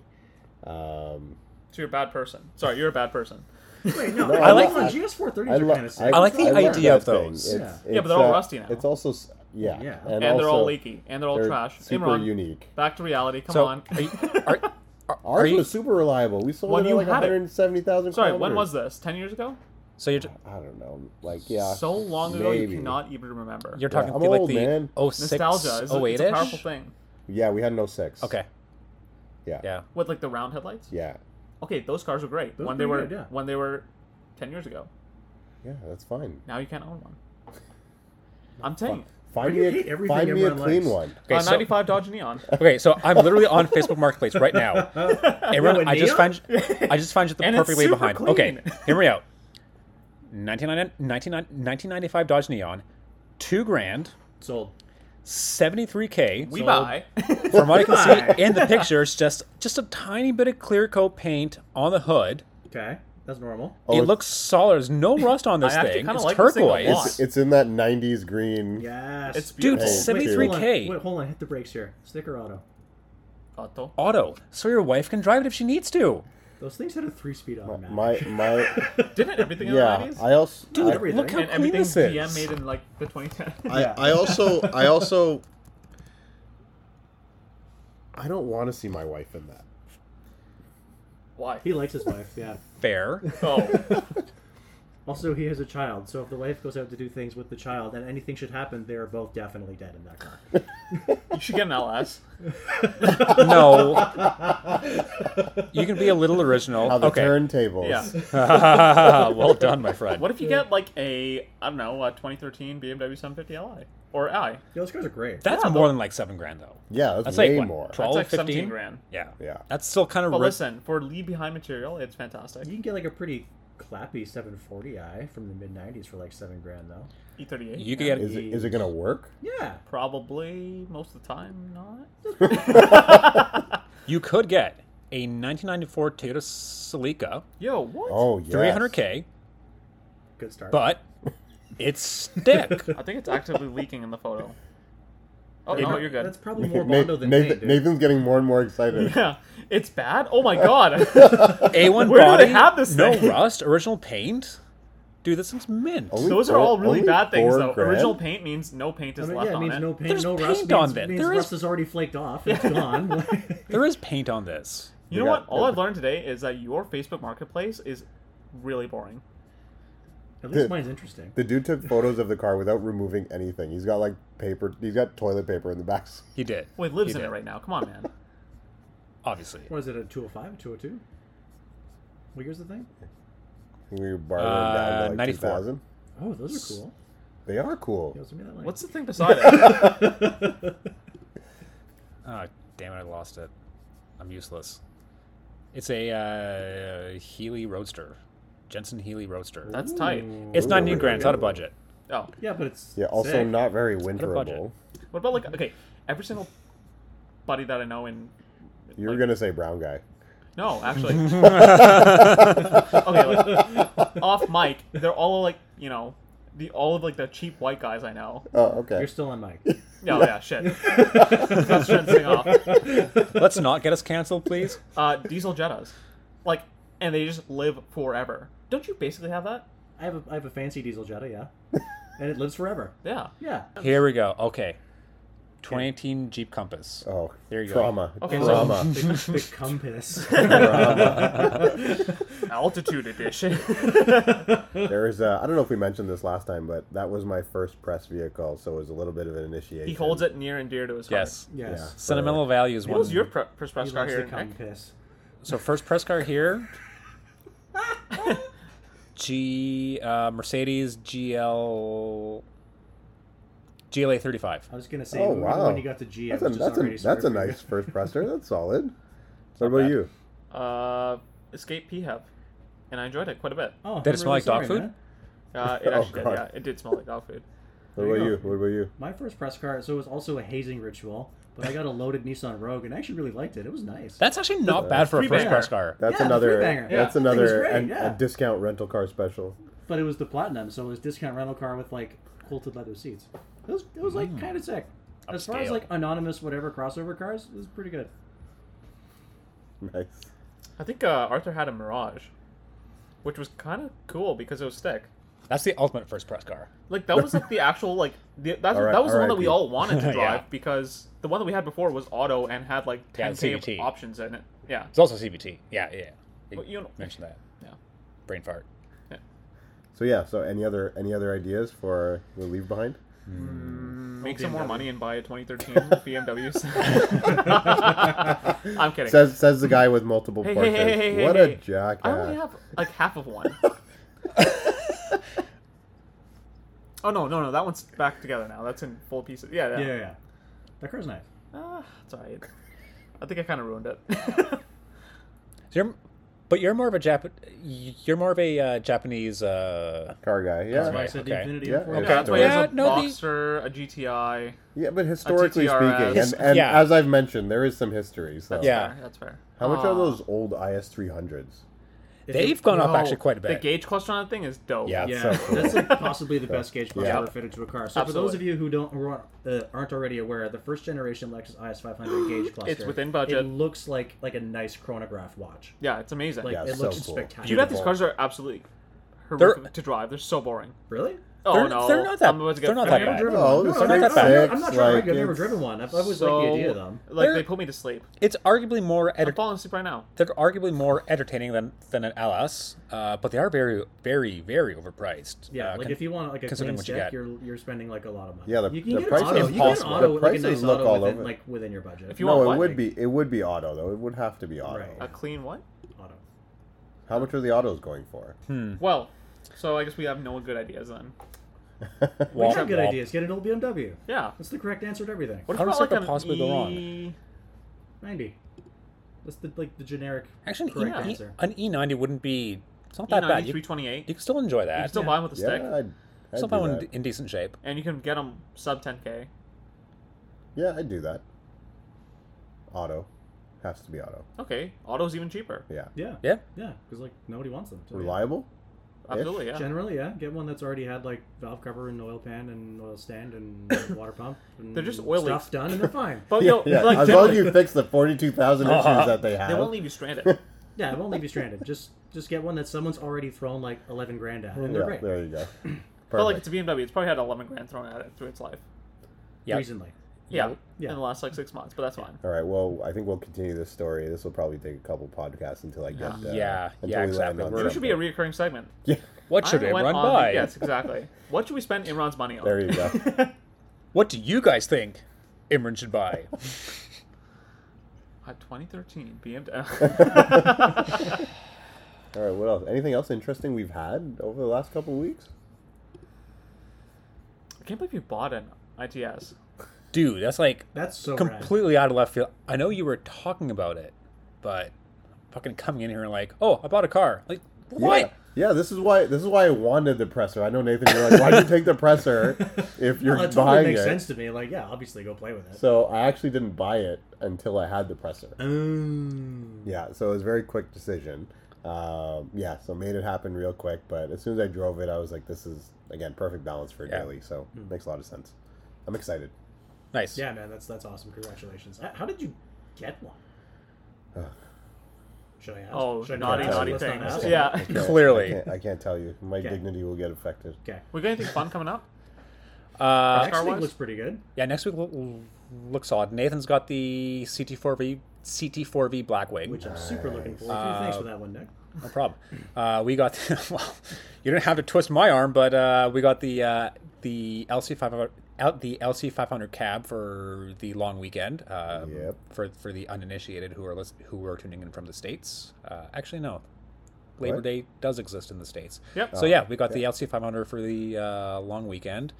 B: Um,
D: so you're a bad person. Sorry, you're a bad person.
C: Wait, no,
B: No,
C: I
B: I
C: like
B: lo-
C: when
B: I-
C: GS430s
B: I,
C: are
B: lo-
C: kind of sick.
E: I like the
B: love
E: idea
B: that
E: of those.
B: thing. It's-
D: Yeah, but they're
B: it's,
D: all
B: uh,
D: rusty now.
B: It's also s- yeah,
C: Yeah.
D: And,
B: also,
D: they're all leaky and they're all
B: they're
D: trash.
B: Super
D: Imran,
B: unique.
D: back to reality. Come
E: So,
D: on.
E: are
D: (laughs)
E: you, are, are, are
B: Ours
E: you,
B: was super reliable. We sold
D: When
B: it at
D: you
B: like
D: had it.
B: 170,000.
D: Sorry, when was this? Ten years ago?
E: so you're
B: I don't know. Like yeah,
D: So long ago
B: maybe.
D: you cannot even remember.
E: you're talking
B: I'm
E: like
B: old, man.
E: the 06,
D: Nostalgia is a, it's
E: 08
D: a powerful
E: ish.
D: thing.
B: Yeah, we had an 06.
E: Okay,
B: Yeah.
E: yeah.
D: With like the round headlights?
B: Yeah.
D: Okay, those cars were great.
C: Those
D: when
C: were
D: they were
C: good, yeah.
D: when they were ten years ago.
B: Yeah, that's fine.
D: Now you can't own one. I'm telling you.
B: Find
C: you
B: me
C: hate
B: a,
C: everything
B: find me a
C: everyone
B: clean
C: likes.
B: one.
E: Okay,
D: Uh,
E: so,
D: 95 Dodge Neon.
E: okay, so I'm literally
D: (laughs)
E: on Facebook Marketplace right now.
C: No,
E: Everyone,
C: a
E: I just
C: neon?
E: find I just find you the
D: (laughs) And it's
E: perfect way
D: super
E: behind.
D: clean.
E: Okay, hear me out. 1999 1995 Dodge Neon, two grand,
C: sold.
E: 73k.
D: We
E: So
D: buy.
E: From what I can
C: buy.
E: see in the pictures, just just a tiny bit of clear coat paint on the hood.
C: Okay, that's normal.
B: Oh,
E: it
B: it's-
E: looks solid. There's
D: (laughs)
E: no rust on this
D: I actually
E: thing.
D: kinda
E: It's
D: like this thing a
E: turquoise.
D: lot.
B: It's, it's in that 90s green.
C: Yes,
D: It's
E: Dude,
D: beautiful.
B: Hey,
C: Wait, hold
E: 73k
C: on. Wait, hold on. Hit the brakes here. Sticker auto.
D: Otto.
E: auto, so your wife can drive it if she needs to.
C: Those things had a three-speed automatic.
B: My
C: (laughs)
B: my
D: Didn't everything
B: yeah.
D: in the 90s?
B: I also
E: Dude,
B: I,
C: everything.
E: look how
D: and
E: clean
D: everything
E: this
D: GM
E: is.
D: made in like the 2010s.
B: I,
C: Yeah.
B: I also I also I don't want to see my wife in that.
D: (laughs) Why?
C: He likes his wife. Yeah.
E: Fair.
D: (laughs) Oh,
C: Also, he has a child, so if the wife goes out to do things with the child and anything should happen, they are both definitely dead in that
B: (laughs)
C: car.
D: you should get an LS.
C: (laughs)
E: No. You can be a little original.
B: How the
E: okay.
B: turntables.
E: (laughs)
D: Yeah.
E: well done, my friend.
D: What if you get like a I don't know a 2013 BMW 750 Li or I?
C: Yo, those cars are great.
E: That's
D: Yeah,
E: more
D: though.
E: than like seven grand though.
B: Yeah, that's,
E: That's
B: way
E: like what,
B: more.
E: 12,
D: That's like 17
E: 15
D: grand.
E: Yeah.
B: Yeah.
E: That's still kind of
D: But
E: ri-
D: listen, for leave behind material, it's fantastic.
C: You can get like a pretty clappy 740i from the mid 90s for like seven grand, though.
D: E38.
E: You could
D: E yeah.
E: get
B: Is it, is it gonna work?
C: Yeah.
D: probably most of the time not.
E: you could get a 1994 Toyota Celica,
D: Yo, what?
B: Oh yeah.
E: 300k,
C: Good start.
E: but it's stick.
D: I think it's actively leaking in
C: (laughs)
D: the photo. Oh
C: That's-
D: no, you're good.
B: (laughs)
C: That's probably more Bondo
B: Nathan,
C: than me, dude.
B: Nathan's getting more and more excited.
D: (laughs)
B: (laughs)
D: Yeah,
C: (laughs)
D: it's bad. Oh my god. (laughs)
E: A1
D: Where do
E: body,
D: they have this
E: no
D: thing?
E: rust, original paint.
A: dude, this thing's mint.
B: Only
D: Those are
B: four-
D: all really
B: only
D: bad things,
B: four
D: though.
B: grand?
D: Original paint means no paint
C: I
D: is
C: mean,
D: left
C: yeah, it
D: on
C: means
D: it.
C: no paint,
A: There's
C: no
A: paint
C: rust.
A: on
C: means,
A: it.
C: means
A: There is-
C: rust has already flaked off. It's gone. (laughs)
A: There is paint on this.
D: you
B: We
D: know
B: got-
D: what? All I've learned today is that your Facebook Marketplace is really boring.
C: At least mine's interesting.
B: The dude took photos of the car without removing anything. He's got like paper. He's got toilet paper in the back. (laughs) seat.
A: He did,
D: Well, he
A: He
D: lives in
A: did.
D: it right now. Come on,
C: (laughs)
D: man.
A: obviously.
C: Was it a 205, a 202? What year's the thing?
B: We were borrowing down
A: Uh,
B: to like
A: 94.
B: 2000.
C: Oh, those are cool.
B: They are cool.
C: Yo, send me that link.
D: What's the thing beside it?
A: Oh, damn it, I lost it. I'm useless. It's a uh, Healy Roadster. Jensen Healy Roadster.
D: That's tight.
A: It's
B: Ooh.
A: 19 grand. It's out of budget.
D: Oh,
C: Yeah, but it's
B: Yeah. Also,
C: sick.
B: not very
A: a budget.
B: winterable.
D: what about like okay? Every single buddy that I know in
B: You were gonna say brown guy.
D: no, (laughs) actually, okay, like, off mic, they're all like you know the all of like the cheap white guys I know.
B: Oh, okay.
C: You're still on
B: (laughs)
C: mic.
D: No, yeah, shit. That's trending off. (laughs)
A: Let's not get us canceled,
B: (laughs)
A: please.
D: Uh, diesel Jettas, like, and they just live forever. Don't you basically have that?
C: I have a I have a fancy diesel
B: (laughs)
C: Jetta, yeah, and it lives forever.
D: Yeah.
C: Yeah,
A: Here we go. Okay. 2018 Jeep Compass.
B: Oh,
A: There you go.
B: trauma.
D: Okay, so- (laughs)
B: trauma.
C: the, the
B: (laughs)
C: compass.
D: Altitude edition.
B: there is. A, I don't know if we mentioned this last time, but that was my first press vehicle, so it was a little bit of an initiation.
D: (laughs) he holds it near and dear to his heart.
A: Yes.
B: Yeah.
C: Yes,
A: Sentimental value is
D: What
A: one.
D: was your pre- press
C: he
D: car
C: loves the
D: here? Nick?
C: compass.
A: So first press car here. (laughs) G uh, Mercedes GL GLA 35.
C: I was gonna say
B: Oh
C: when-
B: wow!
C: when you got to G,
B: that's
C: I
B: a,
C: was just
B: that's, a,
C: already
B: that's a
C: started for you.
B: nice first presser. That's
A: (laughs)
B: solid. What about
A: bad.
B: you?
D: Uh, Escape P Hub, and I enjoyed it quite a bit.
C: Oh,
A: Did it
C: I'm
A: smell
C: really
A: like dog
C: sorry,
A: food?
C: man.
D: Uh, (laughs) it
B: Oh,
D: actually did.
B: God.
D: Yeah, it did smell like dog food.
B: What
C: There you
B: about
C: go.
B: you? What about you?
C: My first press car, so it was also a hazing ritual, but I got a loaded Nissan Rogue and I actually really liked it. It was nice.
A: That's actually not bad for a
D: Three
A: first
D: banger.
A: press car.
B: That's
C: Yeah, the
B: another.
C: freebanger.
D: Yeah.
B: That's
C: That thing was
B: another.
C: great,
B: an-
C: yeah.
B: A discount rental car special. (laughs)
C: but it was the platinum, so it was discount rental car with like quilted leather seats. It was it was like kind of sick. As far as
A: Upscale.
C: like anonymous whatever crossover cars, it was pretty good.
B: Nice.
D: I think uh, Arthur had a Mirage, which was kind of cool because it was thick.
A: That's the ultimate first press car.
D: Like that was like the actual like the, that,
B: Alright,
D: that was the one that we
B: RIP.
D: all
A: (laughs)
D: wanted to drive
A: Yeah.
D: because the one that we had before was auto and had like
A: Yeah,
D: 10k
A: CVT.
D: options in it. Yeah.
A: It's also CVT. Yeah, yeah. yeah.
D: But you know-
A: mentioned that.
D: Yeah.
A: Brain fart.
B: So yeah. So any other any other ideas for the leave behind?
D: Make some more money and buy
A: (laughs)
D: a 2013 BMW. I'm kidding.
B: Says says the guy with multiple
D: hey, hey,
B: Porsches.
D: hey, hey, hey,
B: what
D: hey.
B: a
A: uh,
D: I only
B: jackass!
D: have like half of
A: (laughs)
D: one. oh no, no, no! That one's back together now. That's in full pieces. Yeah, yeah.
C: Yeah, yeah. yeah. That car's nice.
D: Ah, it's alright. I think I kind of
A: (laughs)
D: ruined it.
A: So you're, but you're more of a Jap- you're more of a uh, Japanese uh,
B: Car guy. Yeah.
C: That's why I
A: Right,
C: said the
A: okay.
C: Infinity
B: Yeah,
C: M4.
B: yeah.
D: Okay, that's why
A: Yeah,
D: there's a
A: no, the-
D: boxer, a GTI.
B: Yeah, but historically
D: TTRS.
B: speaking, and, and
A: Yeah.
B: as I've mentioned, there is some history. So
A: Yeah.
D: Fair, that's fair.
B: How much
D: Ah,
B: are
C: Oh.
B: those old IS three hundreds?
A: They've gone up
D: no,
A: actually quite a
D: The
A: bit.
D: gauge cluster on that thing is dope.
A: Yeah.
C: Yeah,
B: So cool.
C: that's like possibly the best gauge bus
B: Yeah.
C: ever fitted to a car. So for those of
D: Absolutely.
C: you who don't who aren't- uh, aren't already aware, the first generation Lexus
B: (gasps)
C: IS 500 gauge cluster.
D: within budget.
C: It looks like like a nice chronograph watch.
D: Yeah, it's amazing.
C: Like
B: Yeah,
C: it
B: so
C: looks
B: cool.
C: spectacular.
D: you got these
B: beautiful.
D: cars are absolutely horrific to drive. They're so boring.
C: really?
D: Oh
A: They're-
D: no,
A: they're not that-
D: I'm about to get
A: they're not
D: I've
A: that
D: never
A: bad.
D: driven
B: No,
D: one.
B: it was
C: I'm not,
B: Straight
C: I'm not-
B: six,
C: I'm not trying
B: like,
C: to I've never
B: it's-
C: driven one. I've always
D: so,
C: liked the idea of them.
D: Like
A: They're-
D: they put me to sleep.
A: It's arguably more
D: I'm
A: enter-
D: falling asleep right now.
A: they're arguably more entertaining than than an LS, uh, but they are very very very overpriced.
C: Yeah,
A: uh,
C: like
A: con-
C: if you want like a
A: considering
C: clean
A: what you
C: stick,
A: got.
C: you are you're spending like a lot of money.
B: Yeah, the-
C: you can
B: the
C: get
B: price
C: an
B: is
C: auto. You can get an
B: impossible.
C: auto
B: The
C: with, like a
B: prices
C: nice
B: look
C: auto
B: all
C: within,
B: over.
C: like within your budget.
D: If you want
B: No, it
D: what, Nick?
B: would be it would be auto though. It would have to be auto.
C: Right.
D: A clean one?
C: auto.
B: How much are the autos going for?
A: Hmm.
D: Well, so I guess we have no good ideas then.
C: We
A: Wall-
C: have good
A: wall-
C: ideas. Get an old BMW.
D: Yeah.
C: That's the correct answer to everything.
D: What
A: How
D: about
A: does
D: like
A: that
D: an
A: possibly go wrong?
D: E-
C: 90. That's the like the generic
A: Actually, an,
C: correct
A: E-
C: answer.
A: an E90 wouldn't be. It's not that
D: E90
A: bad. You, you
D: 328.
A: can still enjoy
D: E You
A: that.
D: can still
A: Still,
D: buy them with a stick,
B: Yeah, I'd, I'd
A: buy
B: do
A: one
B: that.
A: in decent shape.
D: and you can get them sub 10k.
B: Yeah, I'd do that. Auto, has to be auto.
D: Okay, auto's even cheaper.
B: Yeah,
C: Yeah.
A: Yeah.
C: Yeah, because like nobody wants them. So, yeah.
B: reliable.
D: Absolutely, yeah.
C: Generally, yeah. Get one that's already had like valve cover and oil pan and oil stand and
B: (laughs)
C: water pump. And
D: They're just oil
C: stuff
D: leaks. (laughs)
C: done and they're fine.
D: But
B: Yeah,
D: no,
B: (laughs) yeah.
D: like
B: as long as
D: generally,
B: you fix the forty-two thousand issues that they
D: they won't
B: have. (laughs)
D: leave you stranded.
C: Yeah, it won't leave you stranded. Just just get one that someone's already thrown like eleven grand at, and they're
B: yeah,
C: great.
B: there you go.
D: But like
B: Perfect.
D: it's a BMW. It's probably had 11 grand thrown at it through its life.
A: Yeah.
C: Recently,
D: Yeah,
C: Yeah.
D: in the last like six months. But that's fine.
B: All right. Well, I think we'll continue this story. This will probably take a couple podcasts until I get. Uh,
A: Yeah,
B: Until
A: yeah,
B: we
A: exactly.
B: Land on
A: We're-
D: Maybe it should be a
B: something.
D: reoccurring segment.
B: (laughs) Yeah.
A: What should
D: I went
A: everyone
D: on the-
A: buy?
D: yes, exactly. What should we spend Imran's money on?
B: There you go.
A: What do you guys think Imran should buy?
D: Uh, 2013
B: (laughs)
D: BMW.
B: All right. What else? Anything else interesting we've had over the last couple of weeks?
D: I can't believe you bought an ITS.
A: Dude, that's like
C: that's so rad.
A: completely out of left field. I know you were talking about it, but fucking coming in here and like, oh, I bought a car. Like, what?
B: Yeah. Yeah, this is why this is why I wanted the presser. I know Nathan, you're like, why'd you take the presser if you're
C: Well, that totally
B: buying
C: makes
B: it?
C: sense to me. Like, yeah, obviously, go play with it.
B: So I actually didn't buy it until I had the presser.
C: Um,
B: Yeah, so it was a very quick decision. Um, yeah, so made it happen real quick. But as soon as I drove it, I was like, this is again perfect balance for a
A: Yeah.
B: daily. So
C: Hmm.
B: it makes a lot of sense. I'm excited.
A: Nice.
C: yeah, man, that's that's awesome. Congratulations. How- How did you get one?
B: Ugh.
C: Should I ask?
D: Oh,
C: Should I
D: naughty,
C: not ask?
D: naughty
C: Let's not
D: things.
C: ask.
B: Okay.
D: Yeah.
B: I can't-
A: Clearly.
B: I can't, I can't tell you. My
C: Okay.
B: dignity will get affected.
C: Okay.
D: We got anything fun coming up?
A: Uh,
C: Next week
D: Car-wise?
C: looks pretty good.
A: yeah, next week will look solid. Nathan's got the CT4V CT4V Blackwing.
C: which I'm super looking forward to. Thanks for that one, Nick.
A: No problem. Uh, we got (laughs) well, you didn't have to twist my arm, but uh, we got the uh, the LC five hundred out the LC five hundred cab for the long weekend. Um,
B: Yep.
A: For for the uninitiated who are lis- who are tuning in from the states. Uh, actually, no. Labor
B: What? Oh,
A: Day does exist in the states.
D: Yep.
A: So yeah, we got the LC five hundred for the uh, long weekend.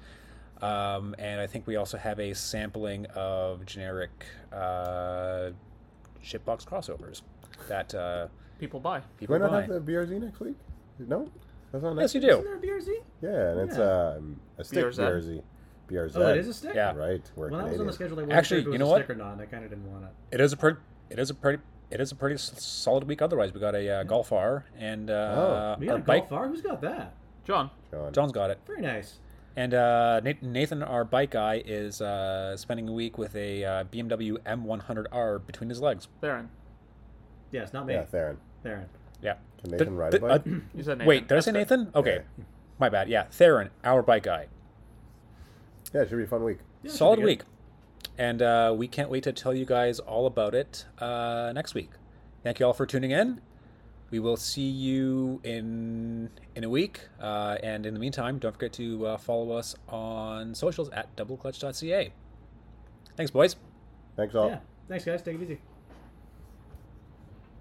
A: Um, and I think we also have a sampling of generic uh, shipbox crossovers that uh,
D: People buy.
B: Do
A: people
B: I not
A: buy.
B: have the BRZ next week? No? That's not
A: Yes,
B: next
A: you
B: week?
A: do.
C: Isn't there a BRZ?
B: Yeah, and it's
C: Yeah.
B: um, a stick
D: BRZ.
B: BRZ. BRZ.
C: Oh, it is a stick.
A: Yeah.
B: Right. We're
C: Well, that was on
B: Canadian.
C: the schedule. I wasn't
A: Actually,
C: sure if it
A: you
C: was
A: know
C: a
A: what?
C: stick or not, and I kind of didn't want it.
A: It is a pretty. It is a pretty. It is a pretty s- solid week. Otherwise, we got a uh, golf R and uh,
B: Oh.
C: We
A: our
C: got a
A: bike.
C: golf R. Who's got that?
D: John.
B: John.
A: John's got it,
C: Very nice.
A: and uh, Na- Nathan, our bike guy, is uh, spending a week with a uh, BMW M100R between his legs.
D: Theron.
C: Yeah, it's not me.
B: Yeah, Theron.
C: Theron.
A: Yeah.
B: Can
A: The-
B: Nathan ride a
A: the- uh,
B: bike?
D: You said Nathan.
A: wait, did I
D: That's
A: say
D: good.
A: Nathan? Okay, my bad. Yeah, Theron, our bike guy.
B: Yeah, it should be a fun week.
C: Yeah, should be
A: solid
C: good.
A: week, and uh, we can't wait to tell you guys all about it uh, next week. Thank you all for tuning in. We will see you in in a week, uh, and in the meantime, don't forget to uh, follow us on socials at doubleclutch.ca. Thanks, boys.
B: Thanks all.
C: Yeah. Thanks, guys. Take it easy.